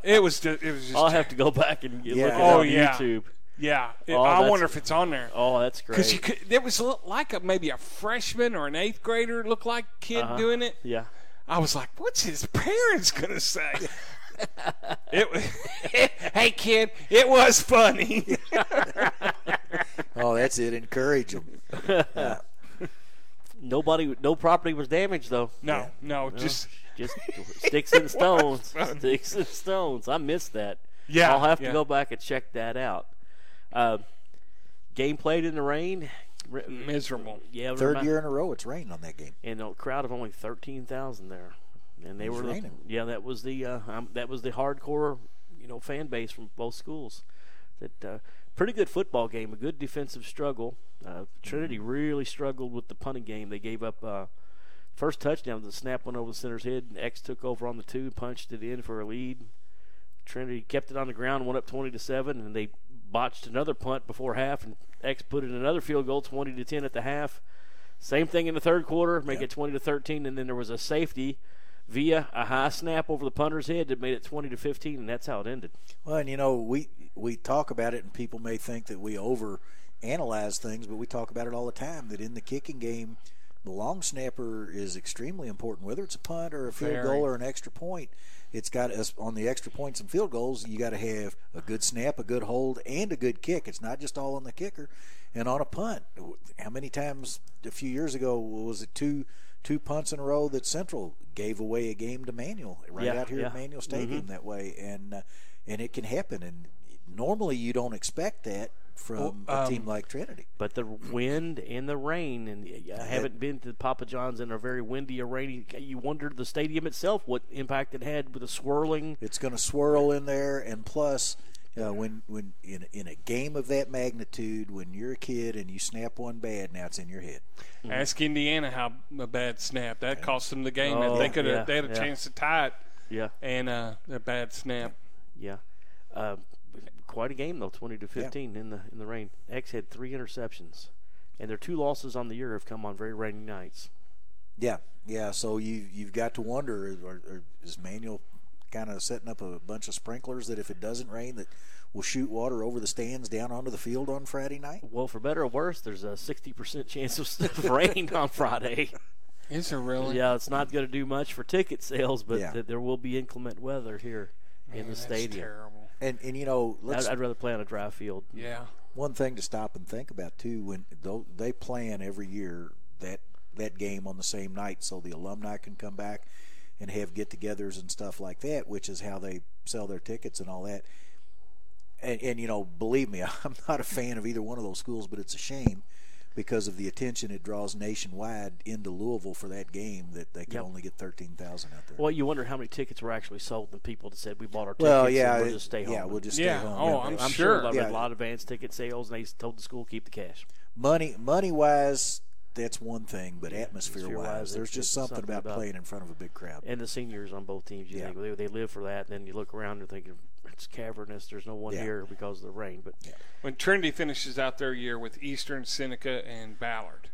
it was, just, it was just,
I'll have to go back and get- look
Yeah.
at it
Oh,
on
yeah.
YouTube.
yeah. It-
Oh,
I
that's-
wonder if it's on there
Oh, that's great.
because you could. There was a- like a maybe a freshman or an eighth grader looked like kid
Uh-huh.
doing it.
yeah.
I was like, "What's his parents gonna say?" it, wa- hey kid, it was funny.
Oh, that's it. Encourage them.
Nobody, no property was damaged though.
no, no, just
Just sticks and stones. sticks and stones. I missed that.
Yeah,
I'll have
yeah.
to go back and check that out. Uh, game played in the rain. Re-
miserable.
Yeah,
Third
remi-
year in a row, it's rained on that game.
and a crowd of only thirteen thousand there, and they
was
were the-
raining.
yeah that was the uh, um, that was the hardcore you know fan base from both schools. That uh, pretty good football game, a good defensive struggle. Uh, Trinity
Mm-hmm.
really struggled with the punting game. They gave up uh, first touchdown. The snap went over the center's head, and X took over on the two, punched it in for a lead. Trinity kept it on the ground, went up twenty to seven, and they botched another punt before half, and X put in another field goal, twenty to ten at the half. Same thing in the third quarter, make it twenty to thirteen, and then there was a safety via a high snap over the punter's head that made it twenty to fifteen, and that's how it ended.
Well, and you know, we we talk about it, and people may think that we over analyze things, but we talk about it all the time. That in the kicking game, the long snapper is extremely important, whether it's a punt or a field
Very.
goal or an extra point. It's got us on the extra points and field goals. You got to have a good snap, a good hold, and a good kick. It's not just all on the kicker. And on a punt, how many times a few years ago was it two two punts in a row that Central gave away a game to Manual right
Yeah,
out here at
yeah.
Manual
Mm-hmm.
Stadium that way, and uh, and it can happen. And normally you don't expect that from
Well,
a team
um,
like Trinity.
But the wind and the rain, and I haven't been to Papa John's in a very windy or rainy. You wondered the stadium itself what impact it had with the swirling.
It's going to swirl in there, and plus, uh, when when in in a game of that magnitude, when you're a kid and you snap one bad, now it's in your head.
Mm-hmm.
Ask Indiana how a bad snap that cost them the game.
Oh,
they could have
yeah,
they had a
yeah.
chance to tie it,
Yeah,
and uh, a bad snap.
yeah. Uh, quite a game though, twenty to fifteen in the in the rain. X had three interceptions, and their two losses on the year have come on very rainy nights.
Yeah, yeah. So you you've got to wonder: are, are, is Manuel kind of setting up a bunch of sprinklers that if it doesn't rain, that will shoot water over the stands down onto the field on Friday night?
Well, for better or worse, there's a sixty percent chance of rain on Friday.
Is there really?
Yeah, it's not going to do much for ticket sales, but
Yeah.
th- there will be inclement weather here in the
That's
stadium.
terrible.
And and you know,
I'd,
let's
I'd rather play on a dry field.
Yeah.
one thing to stop and think about too when tho- they plan every year that that game on the same night so the alumni can come back and have get-togethers and stuff like that which is how they sell their tickets and all that and and you know believe me I'm not a fan of either one of those schools but it's a shame because of the attention it draws nationwide into Louisville for that game that they could
Yep.
only get 13,000 out there
Well, you wonder how many tickets were actually sold, and people that said we bought our tickets
Well, yeah
and we'll
it-
just stay home.
yeah we'll just
Yeah.
stay home
Oh,
Yeah.
I'm,
I'm
sure.
sure, there were a
Yeah.
lot of advance ticket sales, and they told the school keep the cash.
money money wise that's one thing but atmosphere
atmosphere-wise,
wise there's
it's-
just
it's
something,
something
about,
about-
playing in front of a big crowd
And the seniors on both teams, you
Yeah.
think they, they live for that. And then you look around and thinking it's cavernous. There's no one
Yeah.
here because of the rain. But
When Trinity finishes out their year with Eastern, Seneca, and Ballard.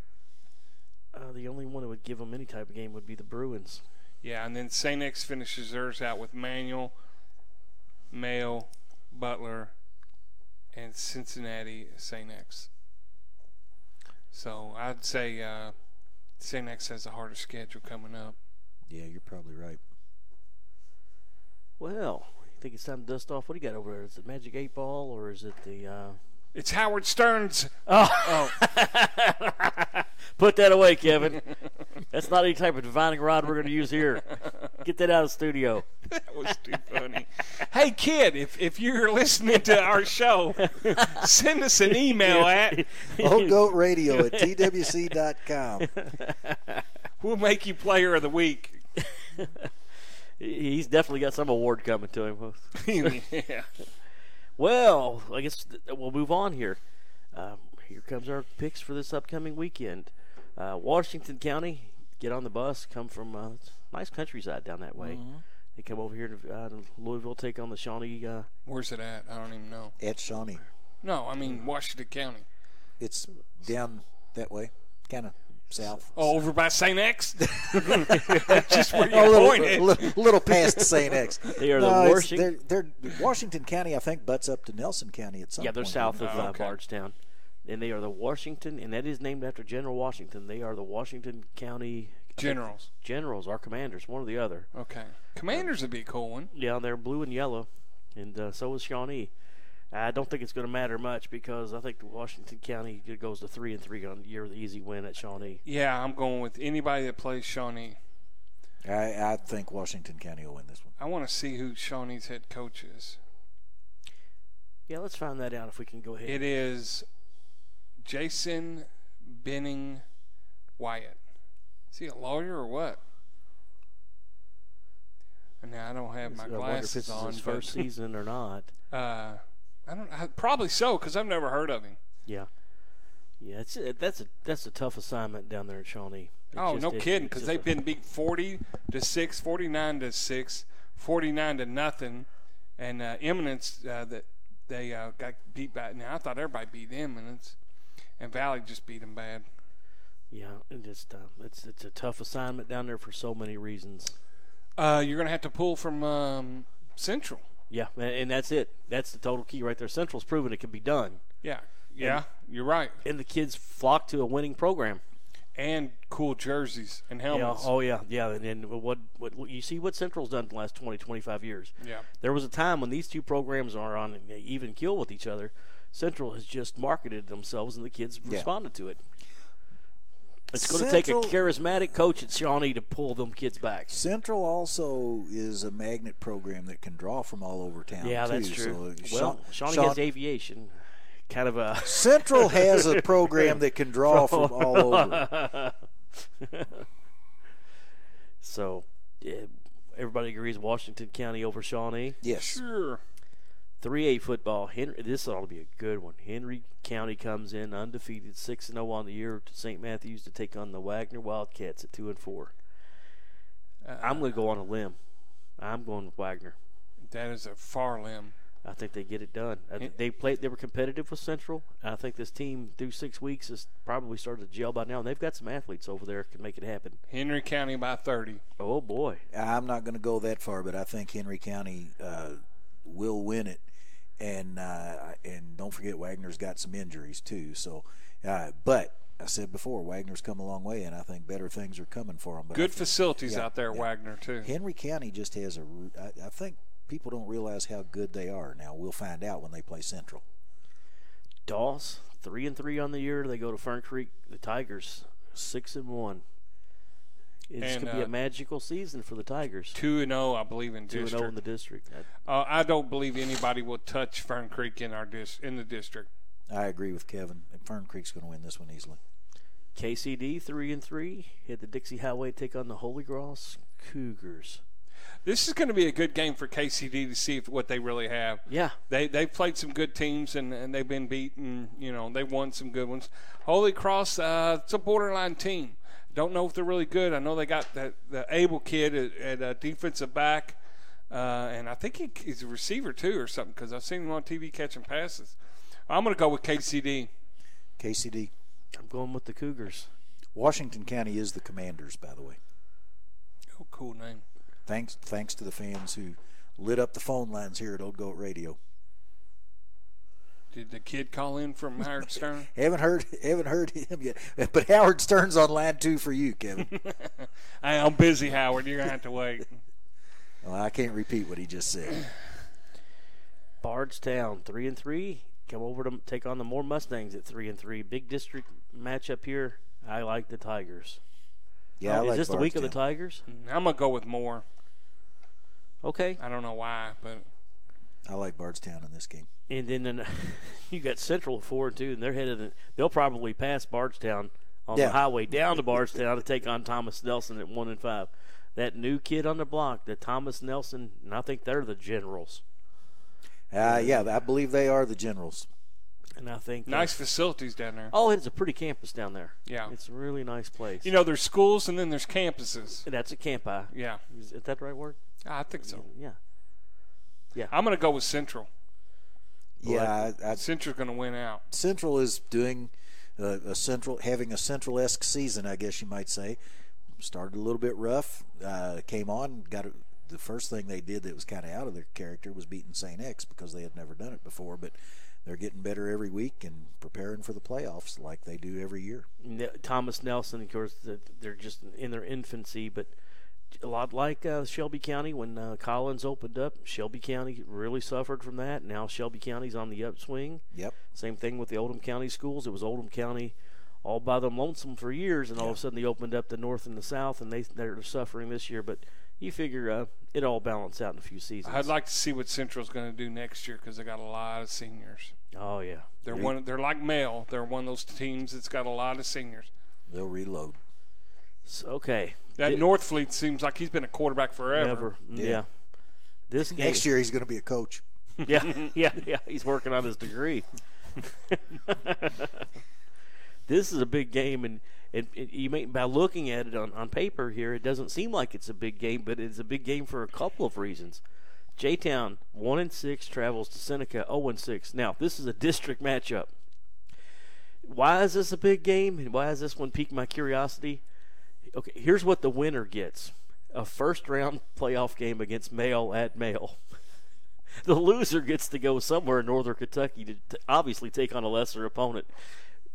uh, the only one that would give them any type of game would be the Bruins.
Yeah, and then St. X finishes theirs out with Manuel, Mayo, Butler, and Cincinnati St. X. So I'd say uh, St. X has a harder schedule coming up.
yeah you're probably right
Well, you think it's time to dust off? What do you got over there? Is it Magic Eight Ball or is it the? Uh...
It's Howard Stearns.
Put that away, Kevin. That's not any type of divining rod we're going to use here. Get that out of the studio.
That was too funny. hey, kid, if, if you're listening to our show, send us an email at
old Oh, goat radio at twc.com
We'll Make You Player of the Week.
He's definitely got some award coming to him.
yeah.
Well, I guess th- we'll move on here. Um, here comes our picks for this upcoming weekend. Uh, Washington County, get on the bus, come from uh, it's nice countryside down that way. They come over here to, uh, to Louisville, take on the Shawnee. Uh,
Where's it at? I don't even know.
at shawnee
No, I mean Washington County.
it's down that way kind of south
Oh, over by St. X? Just
Oh,
where
a
you pointed.
little, li- little past St. X.
They are the
it's-
worst-
They're, they're, Washington County, I think, butts up to Nelson County at some
yeah, they're
point.
south of
Oh,
uh,
okay.
Bardstown, and they are the Washington, and that is named after General Washington. They are the Washington County
Generals.
Generals, or commanders, one or the other.
Okay. Commanders would be a cool one.
Yeah, they're blue and yellow, and uh, so is Shawnee. I don't think it's going to matter much because I think Washington County goes to three and three on the year with the easy win at Shawnee.
Yeah, I'm going with anybody that plays Shawnee.
I, I think Washington County will win this one.
I want to see who Shawnee's head coach is.
Yeah, let's find that out if we can go ahead.
It is Jason Benning Wyatt. Is he a lawyer or what? Now I don't have my
I uh, wonder if
glasses
this
on.
is his
but,
first season or not.
uh, I don't. I, probably so because I've never heard of him.
Yeah, yeah, it's uh, that's a that's a tough assignment down there at Shawnee. It's
Oh,
just-
no
it's-
kidding,
it's
because
just
they've
a-
been beat 40 to 6, 49 to 6, 49 to nothing. And uh, Eminence, uh, that they uh, got beat by. Now, I thought everybody beat Eminence. And Valley just beat them bad.
yeah, and just uh, it's it's a tough assignment down there for so many reasons.
Uh, you're going to have to pull from um, Central.
Yeah, and, and that's it. That's the total key right there. Central's proven it can be done,
Yeah. Yeah, you're right.
and the kids flock to a winning program.
And cool jerseys and
Yeah,
helmets.
oh yeah, yeah. And then what? What you see? What Central's done the last 20, 25 years.
Yeah.
There was a time when these two programs are on an even kill with each other. Central has just marketed themselves, and the kids responded to it. It's going to take a
Central-
charismatic coach at Shawnee to pull them kids back.
Central also is a magnet program that can draw from all over town.
Yeah,
too.
that's true.
So uh,
well,
Shaw-
Shawnee
Shaw-
has aviation. kind of a
Central has a program that can draw from all over.
so. Yeah, everybody agrees Washington County over Shawnee.
Yes.
Sure.
3A football. Henry, this ought to be a good one. Henry County comes in undefeated, six and zero on the year to St. Matthews to take on the Wagner Wildcats at two and four. I'm going to go on a limb. I'm going with Wagner.
That is a far limb.
I think they get it done. I think they played. They were competitive with Central. and I think this team through six weeks has probably started to gel by now, and they've got some athletes over there that can make it happen.
Henry County by 30.
Oh boy,
I'm not going to go that far, but I think Henry County uh, will win it. And uh, and don't forget Wagner's got some injuries too. So, uh, but I said before Wagner's come a long way, and I think better things are coming for him. But I
Good facilities out there,
yeah.
Wagner, too.
Henry County just has a. r- I, I think people don't realize how good they are. Now we'll find out when they play Central.
Doss three and three on the year. They go to Fern Creek. The Tigers six and one. It's
And,
going to be
uh,
a magical season for the Tigers.
2 and 0, I believe, in
Two and oh zero in
district.
the district.
Uh, I don't believe anybody will touch Fern Creek in our dis- in the district.
I agree with Kevin. And Fern Creek's going to win this one easily.
KCD three and three hit the Dixie Highway to take on the Holy Cross Cougars.
This is going to be a good game for KCD to see if, what they really have.
Yeah,
They they've played some good teams and, and they've been beaten. You know they've won some good ones. Holy Cross, uh, it's a borderline team. Don't know if they're really good. I know they got that the able kid at, at uh, defensive back, uh, and I think he, he's a receiver too or something because I've seen him on TV catching passes. I'm going to go with KCD.
KCD.
I'm going with the Cougars.
Washington County is the Commanders, by the way.
Oh, cool name.
Thanks, thanks to the fans who lit up the phone lines here at Old Goat Radio.
Did the kid call in from Howard Stern?
Haven't heard, haven't heard him yet. But Howard Stern's on line two for you, Kevin.
hey, I'm busy, Howard. You're going to have to wait.
well, I can't repeat what he just said.
Bardstown three and three come over to take on the Moore Mustangs at three and three. Big district matchup here. I like the Tigers.
Yeah, I
Oh, is
like
this the week of the
Bardstown.
Tigers?
I'm going to go with Moore.
Okay,
I don't know why, but
I like Bardstown in this game.
and then in- you got Central at four and two, and they're headed. in- They'll probably pass Bardstown on
Yeah.
the highway down to Bardstown to take on Thomas Nelson at one and five. That new kid on the block, the Thomas Nelson, and I think they're the Generals.
Uh, yeah, I believe they are the Generals.
And I think
nice facilities down there.
Oh, it's a pretty campus down there.
Yeah.
it's a really nice place.
You know, there's schools and then there's campuses.
that's a campi.
Yeah,
Is is that the right word?
I think so.
Yeah.
I'm going to go with Central.
Yeah, I, I,
Central's going to win out.
Central is doing uh, a central, having a central-esque season, I guess you might say. Started a little bit rough, uh, came on, got a, the first thing they did that was kind of out of their character was beating Saint X because they had never done it before. But they're getting better every week and preparing for the playoffs like they do every year.
Ne- Thomas Nelson, of course, th- they're just in their infancy, but a lot like uh, Shelby County when uh, Collins opened up. Shelby County really suffered from that. Now Shelby County's on the upswing.
Yep.
Same thing with the Oldham County schools. It was Oldham County all by them lonesome for years, and all of a sudden they opened up the north and the south, and they they're suffering this year. But you figure uh, it all balance out in a few seasons.
I'd like to see what Central's going to do next year because they got a lot of seniors.
oh yeah,
They're one. They're like Mel. They're one of those teams that's got a lot of seniors.
They'll reload.
S- okay.
That
Th-
North Fleet seems like he's been a quarterback forever.
Never. Yeah. This game,
Next year he's going to be a coach.
yeah, yeah, yeah. He's working on his degree. this is a big game, and, and, and you may, by looking at it on, on paper here, it doesn't seem like it's a big game, but it's a big game for a couple of reasons. J Town one and six travels to Seneca zero and six. Now this is a district matchup. Why is this a big game, and why is this one piqued my curiosity? Okay, here's what the winner gets: a first round playoff game against Mail at Mail the loser gets to go somewhere in northern Kentucky to, to obviously take on a lesser opponent.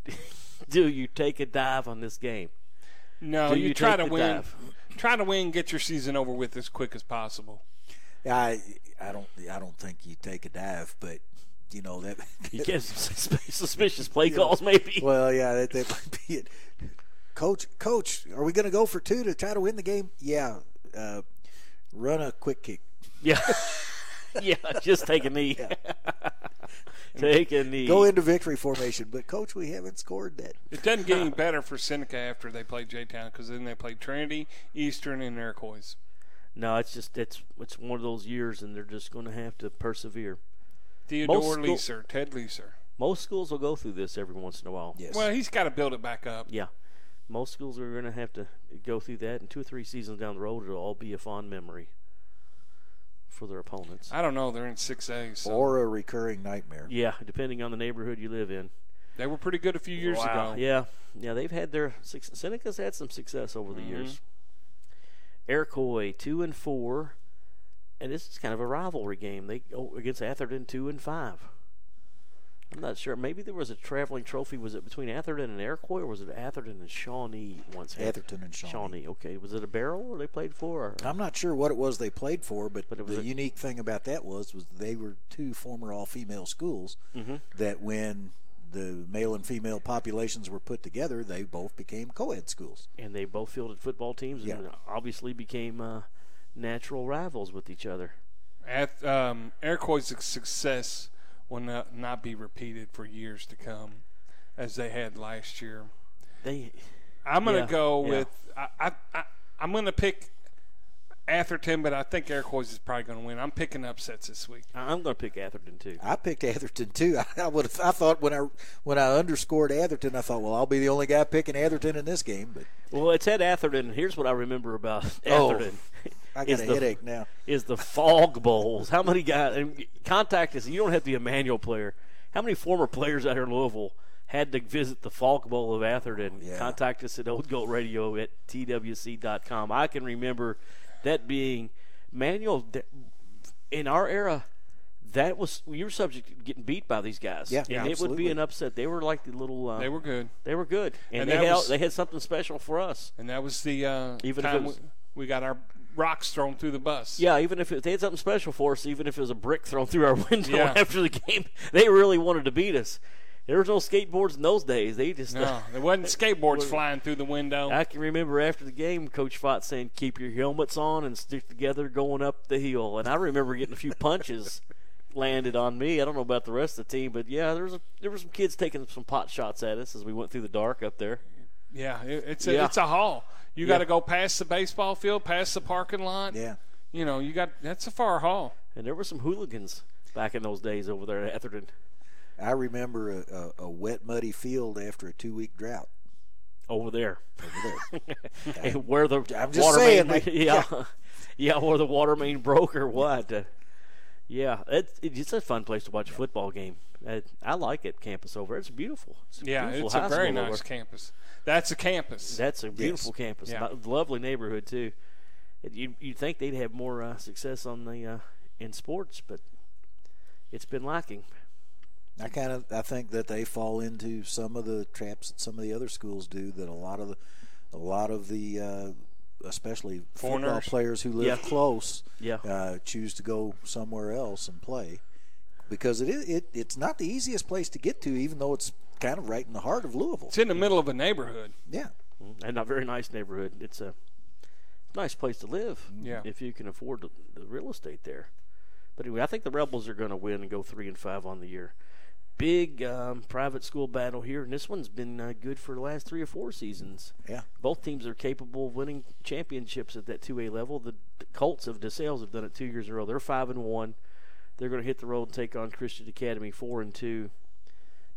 Do you take a dive on this game?
No,
Do
you,
you
try
take
to
the
win.
dive?
Try to win. Get your season over with as quick as possible.
I I don't I don't think you take a dive, but you know that.
You get some susp- suspicious play calls, maybe.
Well, yeah, that, that might be it. Coach, coach, are we going to go for two to try to win the game? Yeah. Uh, run a quick kick.
Yeah, yeah. Just take a knee. Take a knee.
Go into victory formation, but coach, we haven't scored that.
It doesn't get any better for Seneca after they played J Town because then they played Trinity, Eastern, and Iroquois.
No, it's just it's it's one of those years, and they're just going to have to persevere.
Theodore
school-
Leeser, Ted Leeser.
Most schools will go through this every once in a while.
Yes.
Well, he's got to build it back up.
Yeah. Most schools are going to have to go through that, and two or three seasons down the road, it'll all be a fond memory for their opponents.
I don't know. They're in six A. So
or a recurring nightmare.
Yeah, depending on the neighborhood you live in.
they were pretty good a few years
wow.
ago.
Yeah, yeah, they've had their suc- Seneca's had some success over
Mm-hmm.
the years. Iroquois two and four, and this is kind of a rivalry game. They go against Atherton two and five. I'm not sure. Maybe there was a traveling trophy. Was it between Atherton and Iroquois, or was it Atherton and Shawnee once? had-
Atherton and Shawnee.
Shawnee. Okay, was it a barrel or they played for? Or?
I'm not sure what it was they played for, but,
But it was
the
a-
unique thing about that was was they were two former all-female schools
Mm-hmm.
that when the male and female populations were put together, they both became co-ed schools.
And they both fielded football teams, and
Yeah.
obviously became uh, natural rivals with each other.
At um, Iroquois' success will not, not be repeated for years to come, as they had last year.
They
I'm gonna
Yeah,
go
yeah.
with I, I, I I'm gonna pick Atherton, but I think Iroquois is probably gonna win. I'm picking upsets this week.
I- I'm going to pick Atherton too.
I picked Atherton too. I would have, I thought when I when I underscored Atherton, I thought, well, I'll be the only guy picking Atherton in this game. But
Well, it's at Atherton. Here's what I remember about
Oh,
Atherton.
I got
is
a
the,
headache now.
Is the fog bowls? How many guys? And contact us. You don't have to be a manual player. How many former players out here in Louisville had to visit the fog bowl of Atherton?
Yeah.
Contact us at Old Goat Radio at twc.com. I can remember that being manual th- in our era. That was you were subject to getting beat by these guys.
Yeah,
and
yeah,
it would be
absolutely.
an upset. They were like the little. Uh,
They were good,
They were good, and,
And
they
that
had
was-
they had something special for us.
and that was the uh,
Even if it
time
was-
we, we got our rocks thrown through the bus.
Yeah, even if it, they had something special for us, even if it was a brick thrown through our window
Yeah.
after the game, they really wanted to beat us. There was no skateboards in those days. They just. uh,
No, there wasn't skateboards flying through the window.
I can remember after the game, Coach Fott saying, "Keep your helmets on and stick together going up the hill." And I remember getting a few punches landed on me. I don't know about the rest of the team, but yeah, there was a, there were some kids taking some pot shots at us as we went through the dark up there.
yeah, it, it's a,
Yeah.
it's a haul. You got to go past the baseball field, past the parking lot.
Yeah,
you know you got that's a far haul.
And there were some hooligans back in those days over there at Atherton.
I remember a, a, a wet, muddy field after a two-week drought.
over there.
Over
and where the
I'm just
water
saying,
main,
like,
yeah, yeah, where the water main broke or what? Uh, yeah, it's it's a fun place to watch a football game. Uh, I like it, campus over. It's beautiful. It's a
Yeah,
beautiful
it's
high
a very
school over.
nice campus. That's a campus.
That's a beautiful campus.
Yeah.
Lo- lovely neighborhood too. You you'd think they'd have more uh, success on the uh, in sports, but it's been lacking.
I kind of I think that they fall into some of the traps that some of the other schools do. That a lot of the, a lot of the, uh, especially football
Foreigners.
players who live
Yeah.
close,
Yeah.
uh, choose to go somewhere else and play because it is it it's not the easiest place to get to, even though it's kind of right in the heart of Louisville.
It's in the middle of a neighborhood.
Yeah,
Mm-hmm. and a very nice neighborhood. It's a nice place to live,
Yeah.
if you can afford the, the real estate there. But anyway, I think the Rebels are going to win and go three and five on the year. Big um, private school battle here, and this one's been uh, good for the last three or four seasons.
yeah.
Both teams are capable of winning championships at that 2A level. The the Colts of DeSales have done it two years in a row. They're 5 and 1. They're going to hit the road and take on Christian Academy 4 and 2.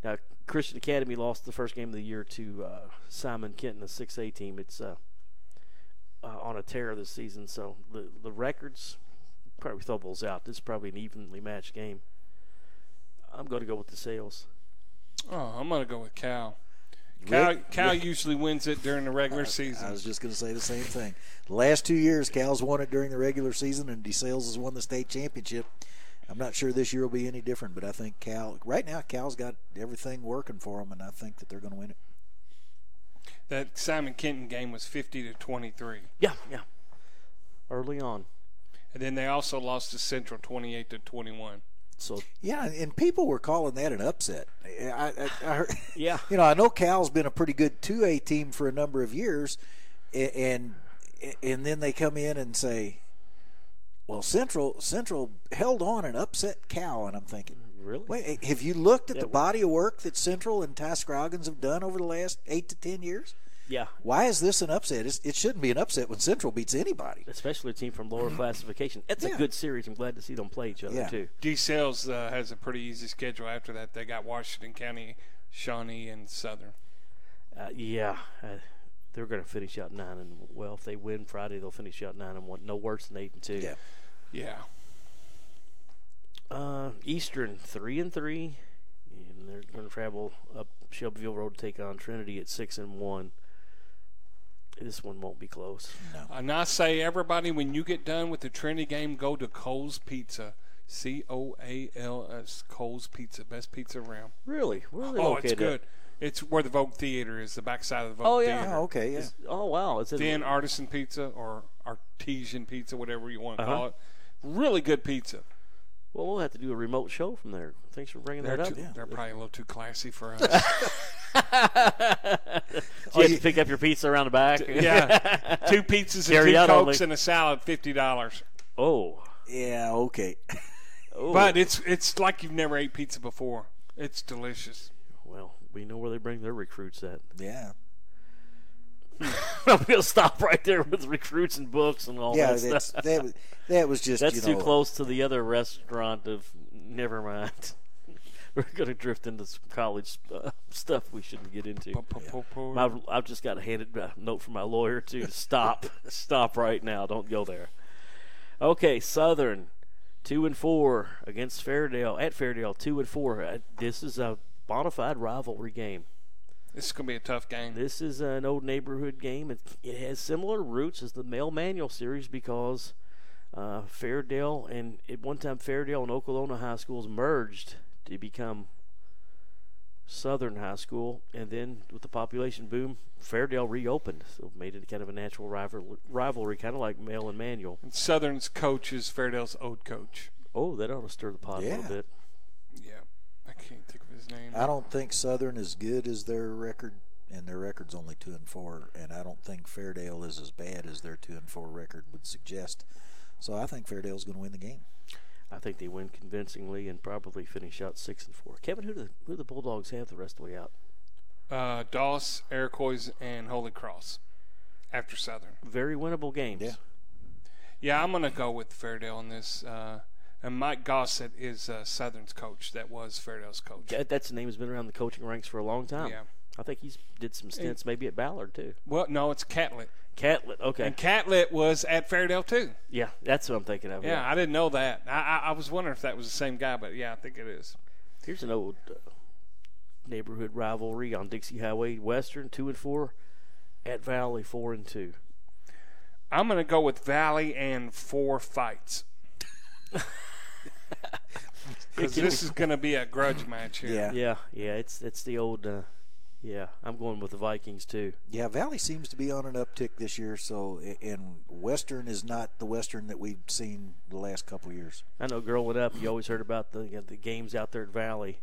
Now, Christian Academy lost the first game of the year to uh, Simon Kenton, a 6A team. It's uh, uh, on a tear this season, so the, the records probably throw those out. This is probably an evenly matched game. I'm going to go with the sales.
Oh, I'm gonna go with Cal. Cal,
Rick-
Cal usually wins it during the regular
I
season.
was just going to say the same thing. The last two years, Cal's won it during the regular season, and DeSales has won the state championship. I'm not sure this year will be any different, but I think Cal right now Cal's got everything working for him, and I think that they're going to win it.
That Simon Kenton game was 50 to 23,
Yeah, yeah. Early on.
and then they also lost to Central 28 to 21.
So,
Yeah, and people were calling that an upset. I, I, I heard,
Yeah.
you know, I know Cal's been a pretty good two A team for a number of years, a- and and then they come in and say, "Well, Central Central held on and upset Cal," and I'm thinking,
Really?
Wait, have you looked at
Yeah,
the
we-
body of work that Central and Tascroggins have done over the last eight to ten years?
Yeah.
Why is this an upset? It's, it shouldn't be an upset when Central beats anybody.
Especially a team from lower classification. It's
Yeah.
a good series. I'm glad to see them play each other
Yeah.
too.
D Sales uh, has a pretty easy schedule after that. They got Washington County, Shawnee, and Southern.
Uh, yeah, uh, they're going to finish out nine and well, if they win Friday, they'll finish out nine and one, no worse than eight and two.
Yeah.
Yeah.
Uh, Eastern three and three, and they're going to travel up Shelbyville Road to take on Trinity at six and one. This one won't be close.
And I say, everybody, when you get done with the Trinity game, go to Cole's Pizza. C O A L S, Cole's Pizza. Best pizza around.
Really? Where are they
Oh,
located
it's
at?
good. It's where the Vogue Theater is, the backside of the Vogue
Oh, yeah.
Theater.
Oh, okay, yeah.
Oh wow, it's in
Then Artisan Pizza or Artesian Pizza, whatever you want to call it. Really good pizza.
Well, we'll have to do a remote show from there. Thanks for bringing
They're,
that
too,
up.
they're probably a little too classy for uh, us.
Do you have to pick up your pizza around the back.
Oh, yeah. Two pizzas and
Carry
two
out only.
Cokes and a salad, $50.
Oh.
Yeah, okay.
oh.
But it's it's like you've never ate pizza before. It's delicious.
well, we know where they bring their recruits at.
Yeah.
I'm gonna stop right there with recruits and books and all
Yeah,
that
that's,
stuff.
that, was- that was just,
That's
you
too
know,
close to the other restaurant of. Never mind. We're gonna drift into some college uh, stuff we shouldn't get into. My, I've just got a handed a uh, note from my lawyer to stop, stop right now. Don't go there. Okay, Southern, two and four against Fairdale at Fairdale, two and four. Uh, This is a bona fide rivalry game.
This is gonna be a tough game.
This is an old neighborhood game. It, it has similar roots as the male manual series because uh, Fairdale and at one time Fairdale and Okolona High Schools merged to become Southern High School, and then with the population boom, Fairdale reopened, so it made it kind of a natural rival- rivalry, kind of like male and manual.
And Southern's coach is Fairdale's old coach.
Oh, that ought to stir the pot a
Yeah.
little bit.
Yeah, I can't think of his name.
I don't think Southern is good as their record, and their record's only two and four. And I don't think Fairdale is as bad as their two and four record would suggest. So I think Fairdale's going to win the game.
I think they win convincingly and probably finish out six and four. Kevin, who do the, who do the Bulldogs have the rest of the way out?
Uh, Doss, Iroquois, and Holy Cross after Southern.
Very winnable games.
Yeah.
Yeah, I'm gonna go with Fairdale on this. Uh, and Mike Gossett is uh, Southern's coach. That was Fairdale's coach.
That, that's the name has been around the coaching ranks for a long time.
Yeah.
I think he's did some stints maybe at Ballard too.
Well, no, it's Catlett.
Catlett, okay.
And Catlett was at Fairdale too.
yeah, that's what I'm thinking of.
Yeah, I didn't know that. I, I I was wondering if that was the same guy, but yeah, I think it is.
Here's an old uh, neighborhood rivalry on Dixie Highway Western, 2 and 4, at Valley 4 and 2.
I'm gonna go with Valley and four fights. Because this is gonna be a grudge match here.
Yeah.
Yeah, yeah, it's it's the old uh, yeah, I'm going with the Vikings too.
Yeah, Valley seems to be on an uptick this year. So, and Western is not the Western that we've seen the last couple of years.
I know growing up, you always heard about the you know, the games out there at Valley.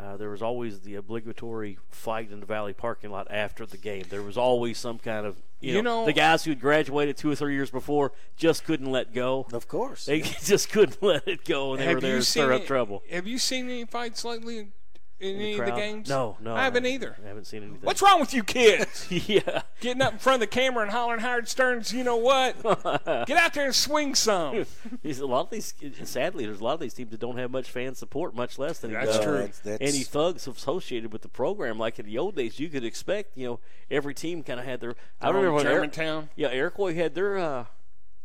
Uh, there was always the obligatory fight in the Valley parking lot after the game. There was always some kind of you,
You
know,
know-
the guys who had graduated two or three years before just couldn't let go.
Of course,
They just couldn't let it go, and they were there to stir up
any-
trouble.
Have you seen any fights lately in, in any of
Crowd-
the games?
No, no,
I haven't either.
I haven't seen anything.
What's wrong with you kids?
yeah,
Getting up in front of the camera and hollering Howard Stearns, you know what? Get out there and swing some.
These- a lot of these. Sadly, there's a lot of these teams that don't have much fan support, much less than
That's
uh,
true.
That's, that's,
any thugs associated with the program. Like in the old days, you could expect, you know, every team kind of had their. I remember when Eric,
Germantown.
yeah, Iroquois had their uh,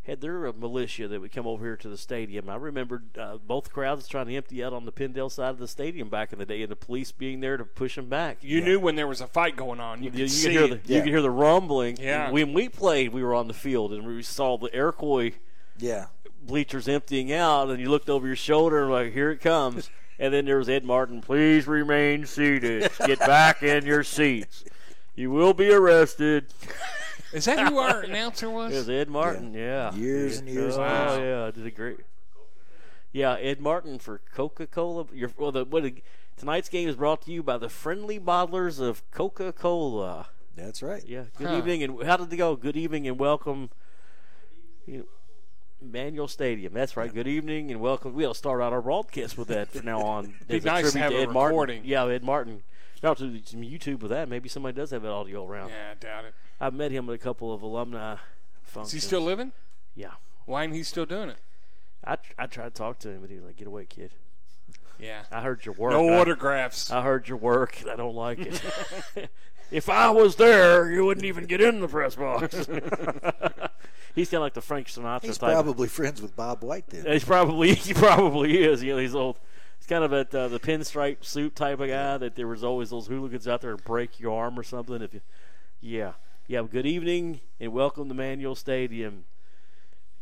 had their uh, militia that would come over here to the stadium. I remember uh, both crowds trying to empty out on the Pendale side of the stadium back in the day, and the police being there to push them back.
You knew when there was a fight going on. You,
You,
could
you
see
could hear
it.
the
Yeah.
you could hear the rumbling.
Yeah.
When we played, we were on the field and we saw the Iroquois
yeah,
bleachers emptying out, and you looked over your shoulder and like, here it comes. And then there was Ed Martin. Please remain seated. Get back in your seats. You will be arrested.
Is that who our announcer was?
It was Ed Martin. Yeah.
Years and years
Oh
and
years.
yeah, did a great. Yeah, Ed Martin for Coca Cola. Your well, the, what, tonight's game is brought to you by the friendly bottlers of Coca Cola.
that's right.
Yeah. Good
Huh.
evening and how did it go? Good evening and welcome. You know, Manual Stadium. That's right. Good evening and welcome. We'll start out our broadcast with that from now on.
Be
As
nice to
tribute
have a
Ed Martin.
recording.
Yeah, Ed Martin. Shout out to some YouTube with that. Maybe somebody does have it audio around.
Yeah, I doubt it.
I've met him at a couple of alumni functions.
Is he still living?
Yeah.
Why ain't he still doing it?
I, tr- I tried to talk to him, but he was like, "Get away, kid.
Yeah.
I heard your work.
No
I-
autographs.
I heard your work, and I don't like it. if I was there, you wouldn't even get in the press box." he's kind of like the Frank Sinatra
He's
type.
probably friends with Bob White then.
He's probably he probably is. You know, he's old. He's kind of at uh, the pinstripe suit type of guy that there was always those hooligans out there and break your arm or something. If you, yeah, yeah. Good evening and welcome to Manual Stadium.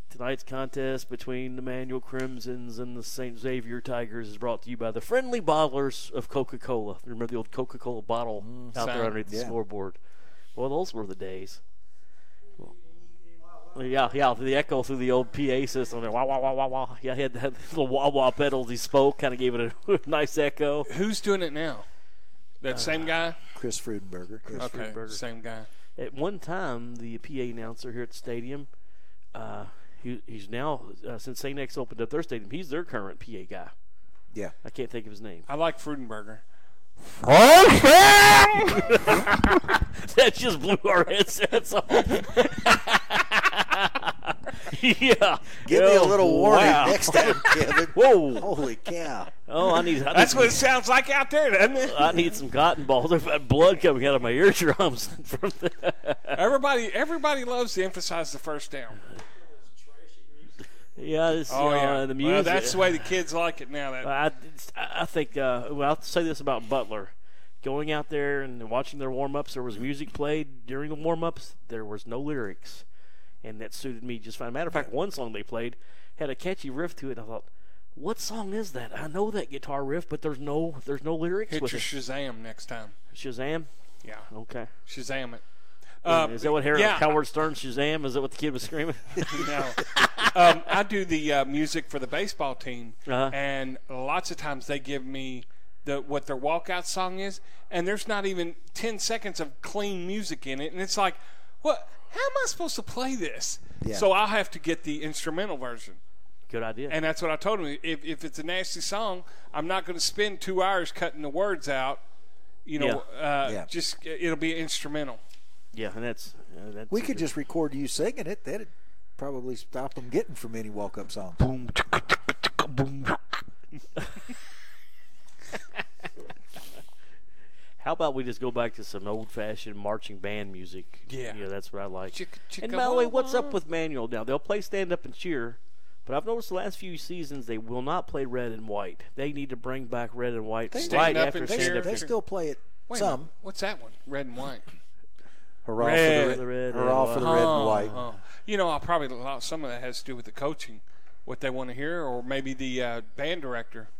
Tonight's contest between the Manual Crimsons and the St. Xavier Tigers is brought to you by the friendly bottlers of Coca-Cola. Remember the old Coca-Cola bottle out there
sound-
underneath the
yeah.
scoreboard? Well, those were the days. Yeah, yeah, the echo through the old PA system. There, wah wah wah wah wah. Yeah, he had that little wah wah pedals. He spoke, kind of gave it a nice echo.
Who's doing it now? That same guy?
Chris Frudenberger. Chris
Okay,
Frudenberger.
same guy.
At one time, the PA announcer here at the stadium, uh, he, he's now uh, since Saint X opened up their stadium, he's their current PA guy.
Yeah.
I can't think of his name.
I like Frudenberger.
that just blew our headsets off. yeah,
Give me a
Oh,
little warning
wow.
next time, Kevin.
Whoa!
Holy cow.
Oh, I need. I need
That's what it sounds like out there, doesn't it?
I need some cotton balls. I've got blood coming out of my eardrums from the.
Everybody, everybody loves to emphasize the first down.
Yeah, it's,
Oh
uh,
yeah,
the music.
Well, that's the way the kids like it now. That
I, it's- I I think. Uh, well, I'll say this about Butler: going out there and watching their warm ups. There was music played during the warm ups. There was no lyrics, and that suited me just fine. Matter of fact, one song they played had a catchy riff to it. and I thought, what song is that? I know that guitar riff, but there's no there's no lyrics
hit
with
your
it.
Shazam next time.
Shazam.
Yeah,
Okay.
Shazam it. Um,
is that what Harold
yeah.
Coward Stern Shazam? Is that what the kid was screaming?
No. um, I do the uh, music for the baseball team,
Uh-huh.
and lots of times they give me the what their walkout song is, and there's not even ten seconds of clean music in it, and it's like, what? How am I supposed to play this?
Yeah.
So I'll have to get the instrumental version.
Good idea.
And that's what I told him. If, if it's a nasty song, I'm not going to spend two hours cutting the words out. You know, Uh,
Yeah.
just it'll be instrumental.
yeah, and that's, uh, that's
We could just record you singing it. That'd probably stop them getting from any walk up songs.
How about we just go back to some old fashioned marching band music?
Yeah.
You know, that's what I like.
Chicka, chicka,
and by the way,
wah,
what's
wah.
up with Manual now? They'll play stand up and cheer, but I've noticed the last few seasons they will not play red and white. They need to bring back red and white
They-
right
Stand Up
after
and
They,
stand
Cheer.
up
they
and
still play it
Wait a
some.
minute. What's that one? Red and white.
Hurrah
Red.
for the red,
Red,
hurrah
red,
for the red and
Oh,
white.
oh. You know, I probably a lot- some of that has to do with the coaching, what they want to hear, or maybe the uh, band director.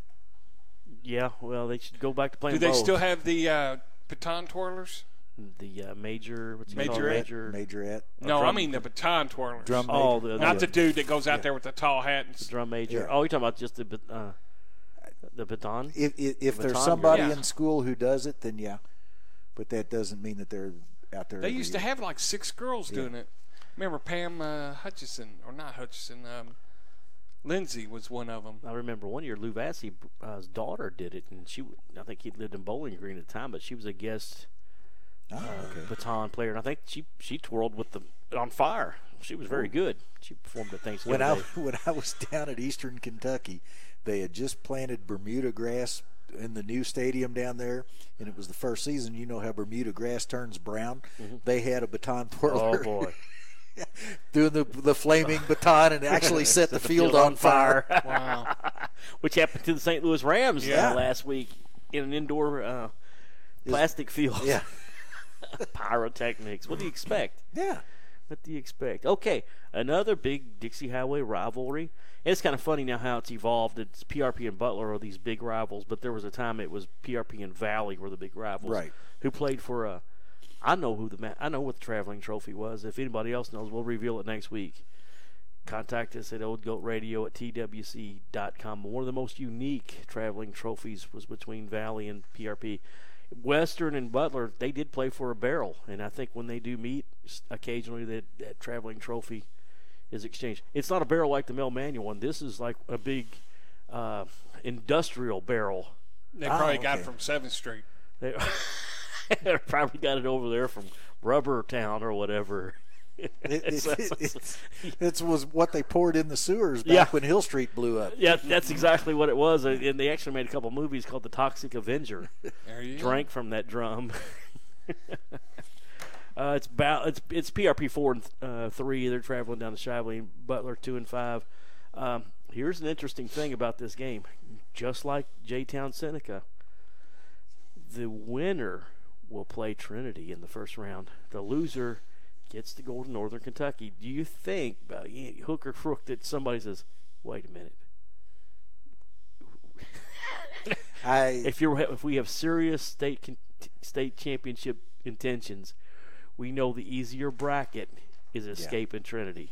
Yeah, well, they should go back to
Do
playing
they
both.
still have the uh, baton twirlers?
the uh, major, what's it called? Major.
Majorette.
Majorette,
No, I
drum-
mean the baton twirlers.
drum major.
Oh, the,
Not
the
the dude that goes out there with the tall hat. And,
drum major.
Yeah.
Oh, you're talking about just the bat- uh, the baton?
if, if, if there's
Baton
somebody
girl. Yeah.
in school who does it, then yeah. But that doesn't mean that they're out there.
they
every
used to
year.
have like six girls doing it. Remember Pam uh, Hutchison, or not Hutchison, um, Lindsay was one of them.
I remember one year Lou Vassy's uh, his daughter did it, and she I think he lived in Bowling Green at the time, but she was a guest uh,
Oh, okay.
baton player, and I think she she twirled with the on fire. She was very good. She performed at Thanksgiving.
When I
Day.
when I was down at Eastern Kentucky, they had just planted Bermuda grass in the new stadium down there, and it was the first season. You know how Bermuda grass turns brown.
Mm-hmm.
They had a baton
oh
twirler
boy,
doing the the flaming baton and actually set the field on fire.
Wow.
which happened to the St. Louis Rams uh,
Yeah.
last week in an indoor uh, plastic field.
Yeah,
Pyrotechnics. What do you expect?
yeah.
What do you expect? Okay, another big Dixie Highway rivalry. It's kind of funny now how it's evolved. It's PRP and Butler are these big rivals, but there was a time it was PRP and Valley were the big rivals.
Right.
Who played for a? I know who the ma- I know what the traveling trophy was. If anybody else knows, we'll reveal it next week. Contact us at oldgoatradio at twc.com. One of the most unique traveling trophies was between Valley and PRP. Western and Butler, they did play for a barrel, and I think when they do meet s- occasionally, that, that traveling trophy is exchanged. It's not a barrel like the Mel Manual one. This is like a big uh, industrial barrel.
They probably got it
okay.
from Seventh Street.
They probably got it over there from Rubber Town or whatever.
It, it, it, it's, it's was what they poured in the sewers back
Yeah.
when Hill Street blew up.
Yeah, that's exactly what it was. And and they actually made a couple movies called The Toxic Avenger.
There you go.
Drank from that drum. uh, it's about it's it's PRP four and uh, three. They're traveling down to Shively and Butler two and five. Um, here's an interesting thing about this game. Just like J Town Seneca, the winner will play Trinity in the first round. The loser gets to go to Northern Kentucky. Do you think uh, yeah, Hooker Crook that somebody says, "Wait a minute"?
I
if you're if we have serious state con- state championship intentions, we know the easier bracket is escaping Trinity.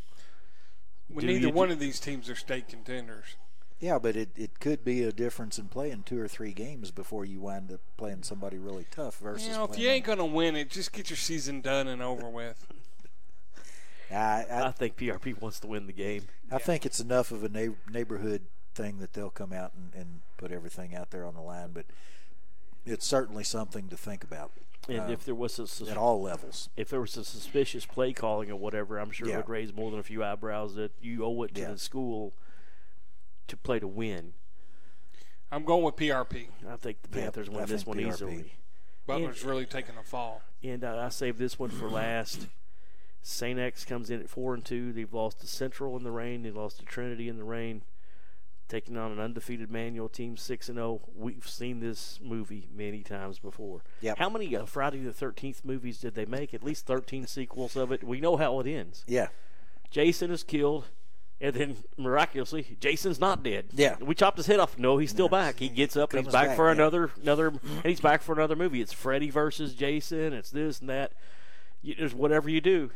Well,
Do
neither
you-
one of these teams are state contenders.
yeah, but it, it could be a difference in playing two or three games before you wind up playing somebody really tough versus.
You know, if
playing
you ain't gonna win it, just get your season done and over with.
I, I,
Uh,
I think PRP wants to win the game.
I think it's enough of a neigh- neighborhood thing that they'll come out and, and put everything out there on the line, but it's certainly something to think about
And
Uh,
if there was a sus-
at all levels.
if there was a suspicious play calling or whatever, I'm sure
Yeah.
it would raise more than a few eyebrows that you owe it to
Yeah.
the school to play to win.
I'm going with PRP.
I think the Panthers
I
win this
think
one
PRP.
easily.
Butler's really taking a fall.
and uh, I saved this one for last. Saint X comes in at four and two. They've lost to Central in the rain. They lost to Trinity in the rain, taking on an undefeated manual team six and zero. We've seen this movie many times before.
Yep.
How many uh, Friday the Thirteenth movies did they make? At least thirteen sequels of it. We know how it ends.
Yeah.
Jason is killed, and then miraculously, Jason's not dead.
Yeah.
we chopped his head off. No, he's still back. He gets up and he's
Comes
back,
back,
for
yeah.
another another, and he's back for another movie. It's Freddy versus Jason. It's this and that. You, there's whatever you do,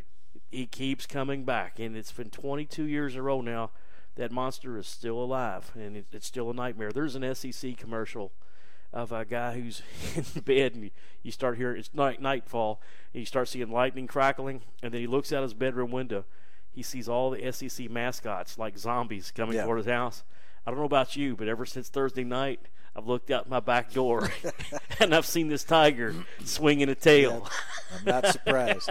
he keeps coming back, and it's been 22 years in a row now. That monster is still alive, and it, it's still a nightmare. There's an SEC commercial of a guy who's in bed, and you, you start hearing it's night nightfall, and you start seeing lightning crackling, and then he looks out his bedroom window. He sees all the SEC mascots like zombies coming
Yeah.
toward his house. I don't know about you, but ever since Thursday night, I've looked out my back door and I've seen this tiger swinging a tail.
I'm not surprised.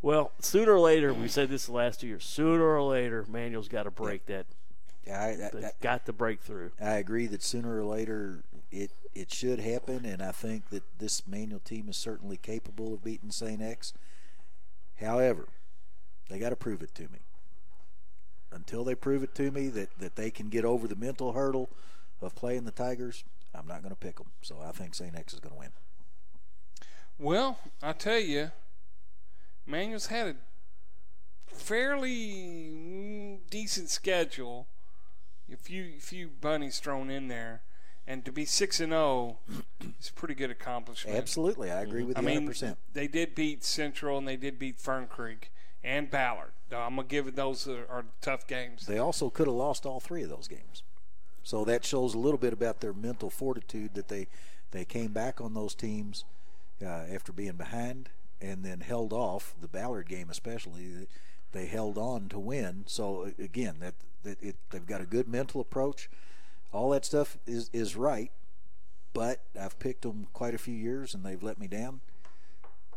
Well, sooner or later, we said this the last two years. Sooner or later, Manuel's got to break that.
I, I, I,
That's got to break through.
I agree that sooner or later it it should happen, and I think that this manual team is certainly capable of beating Saint X. However, they got to prove it to me. Until they prove it to me that that they can get over the mental hurdle of playing the Tigers, I'm not going to pick them. So I think Saint X is going to win.
Well, I tell you, Manuel's had a fairly mm, decent schedule. A few few bunnies thrown in there, and to be six and zero is a pretty good accomplishment.
Absolutely, I agree with
I
you
mean,
100%.
they did beat Central and they did beat Fern Creek and Ballard. Now, I'm gonna give it those are, are tough games.
They also could have lost all three of those games. So that shows a little bit about their mental fortitude that they they came back on those teams uh, after being behind and then held off the Ballard game especially. They held on to win. So a- again, that that it, they've got a good mental approach. All that stuff is is right, but I've picked them quite a few years and they've let me down.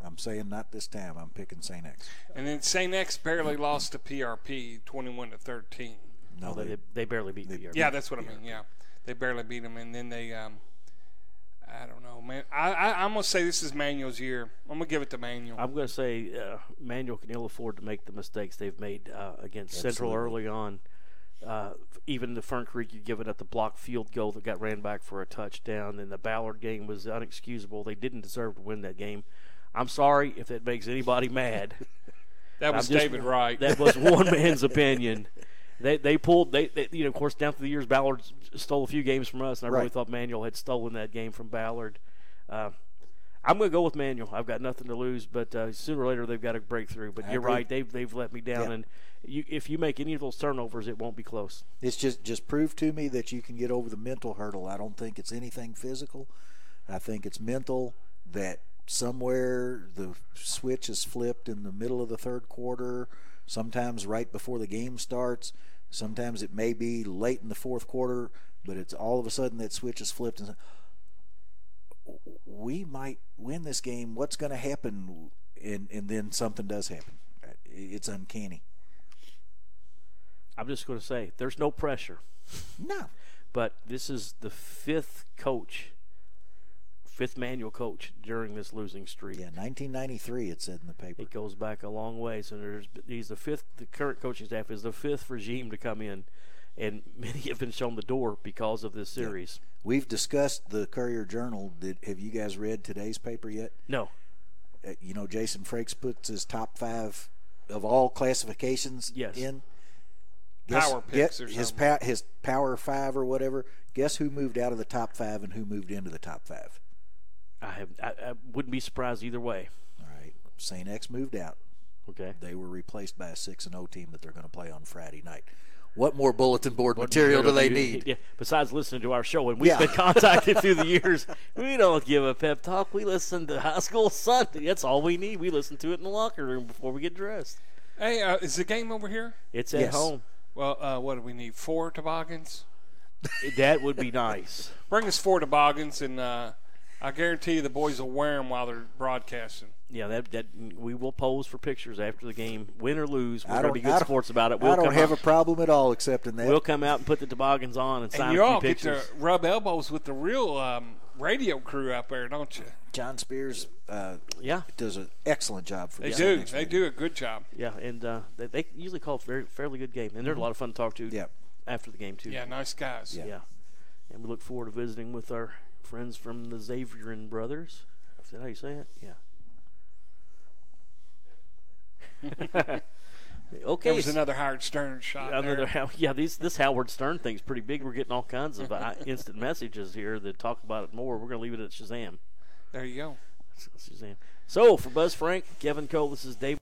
I'm saying not this time. I'm picking Saint X.
And then Saint X barely lost to PRP, twenty-one to thirteen.
No,
Although they,
they,
they barely beat the year.
Yeah, that's what I mean. Yeah, they barely beat them, and then they. Um, I don't know, man. I, I I'm gonna say this is Manuel's year. I'm gonna give it to Manuel.
I'm going to say uh, Manuel can ill afford to make the mistakes they've made uh, against Central early on. Uh, even the Fern Creek, you given up the block field goal that got ran back for a touchdown, and the Ballard game was unexcusable. They didn't deserve to win that game. I'm sorry if that makes anybody mad.
that was
I'm just-
David Wright.
That was one man's opinion. They they pulled they, they you know of course down through the years Ballard s- stole a few games from us, and I really
Right.
thought Manuel had stolen that game from Ballard. Uh, I'm going to go with Manuel. I've got nothing to lose, but uh, sooner or later they've got to break through. But you're
agree.
right, they've they've let me down,
Yeah.
and you, if you make any of those turnovers, it won't be close.
It's just just prove to me that you can get over the mental hurdle. I don't think it's anything physical. I think it's mental that somewhere the switch is flipped in the middle of the third quarter sometimes right before the game starts. Sometimes it may be late in the fourth quarter, but it's all of a sudden that switch is flipped and we might win this game. What's going to happen? And and then something does happen. It's uncanny.
I'm just going to say there's no pressure,
No,
but this is the fifth coach, fifth manual coach during this losing streak.
yeah, 1993. It said in the paper.
It goes back a long ways, and there's he's the fifth. The current coaching staff is the fifth regime to come in, and many have been shown the door because of this series.
We've discussed the Courier Journal. Did have you guys read today's paper yet?
No,
Uh, you know, Jason Frakes puts his top five of all classifications
Yes.
in.
Power picks or
his
something.
pa- his power five or whatever. Guess who moved out of the top five and who moved into the top five?
I have. I, I wouldn't be surprised either way.
All right, Saint X moved out.
Okay,
They were replaced by a six and O team that they're going to play on Friday night. What more bulletin board material do they need?
Yeah, besides listening to our show, and we've
Yeah.
been contacted through the years, we don't give a pep talk. We listen to High School Sunday. That's all we need. We listen to it in the locker room before we get dressed.
Hey, uh, is the game over here?
It's at
Yes.
home.
Well, uh, what do we need? Four toboggans.
That would be nice.
Bring us four toboggans, and uh, I guarantee you the boys will wear them while they're broadcasting.
Yeah, that, that we will pose for pictures after the game, win or lose. We're
I
gonna
don't
be
I
good
don't-
sports about it.
I don't
come
have
out,
a problem at all accepting that.
We'll come out and put the toboggans on and sign
And you
a few
all get to
pictures.
rub elbows with the real um, radio crew out there, don't you?
John Spears uh,
Yeah,
does an excellent job for
They
Saint
do.
X
They
Radio.
do a good job.
yeah, and uh, they, they usually call it very fairly good game, and they're a lot of fun to talk to.
Yeah.
after the game too.
Mm-hmm. Yeah, nice guys.
Yeah.
Yeah. And we look forward to visiting with our friends from the Xavieran Brothers. Is that how you say it? Yeah. okay.
There was another Howard Stern shot.
Another
there.
How- yeah, these, this Howard Stern thing's pretty big. We're getting all kinds of uh, instant messages here that talk about it more. We're going to leave it at Shazam.
there you go.
Shazam. So, for Buzz Frank, Kevin Cole, this is Dave.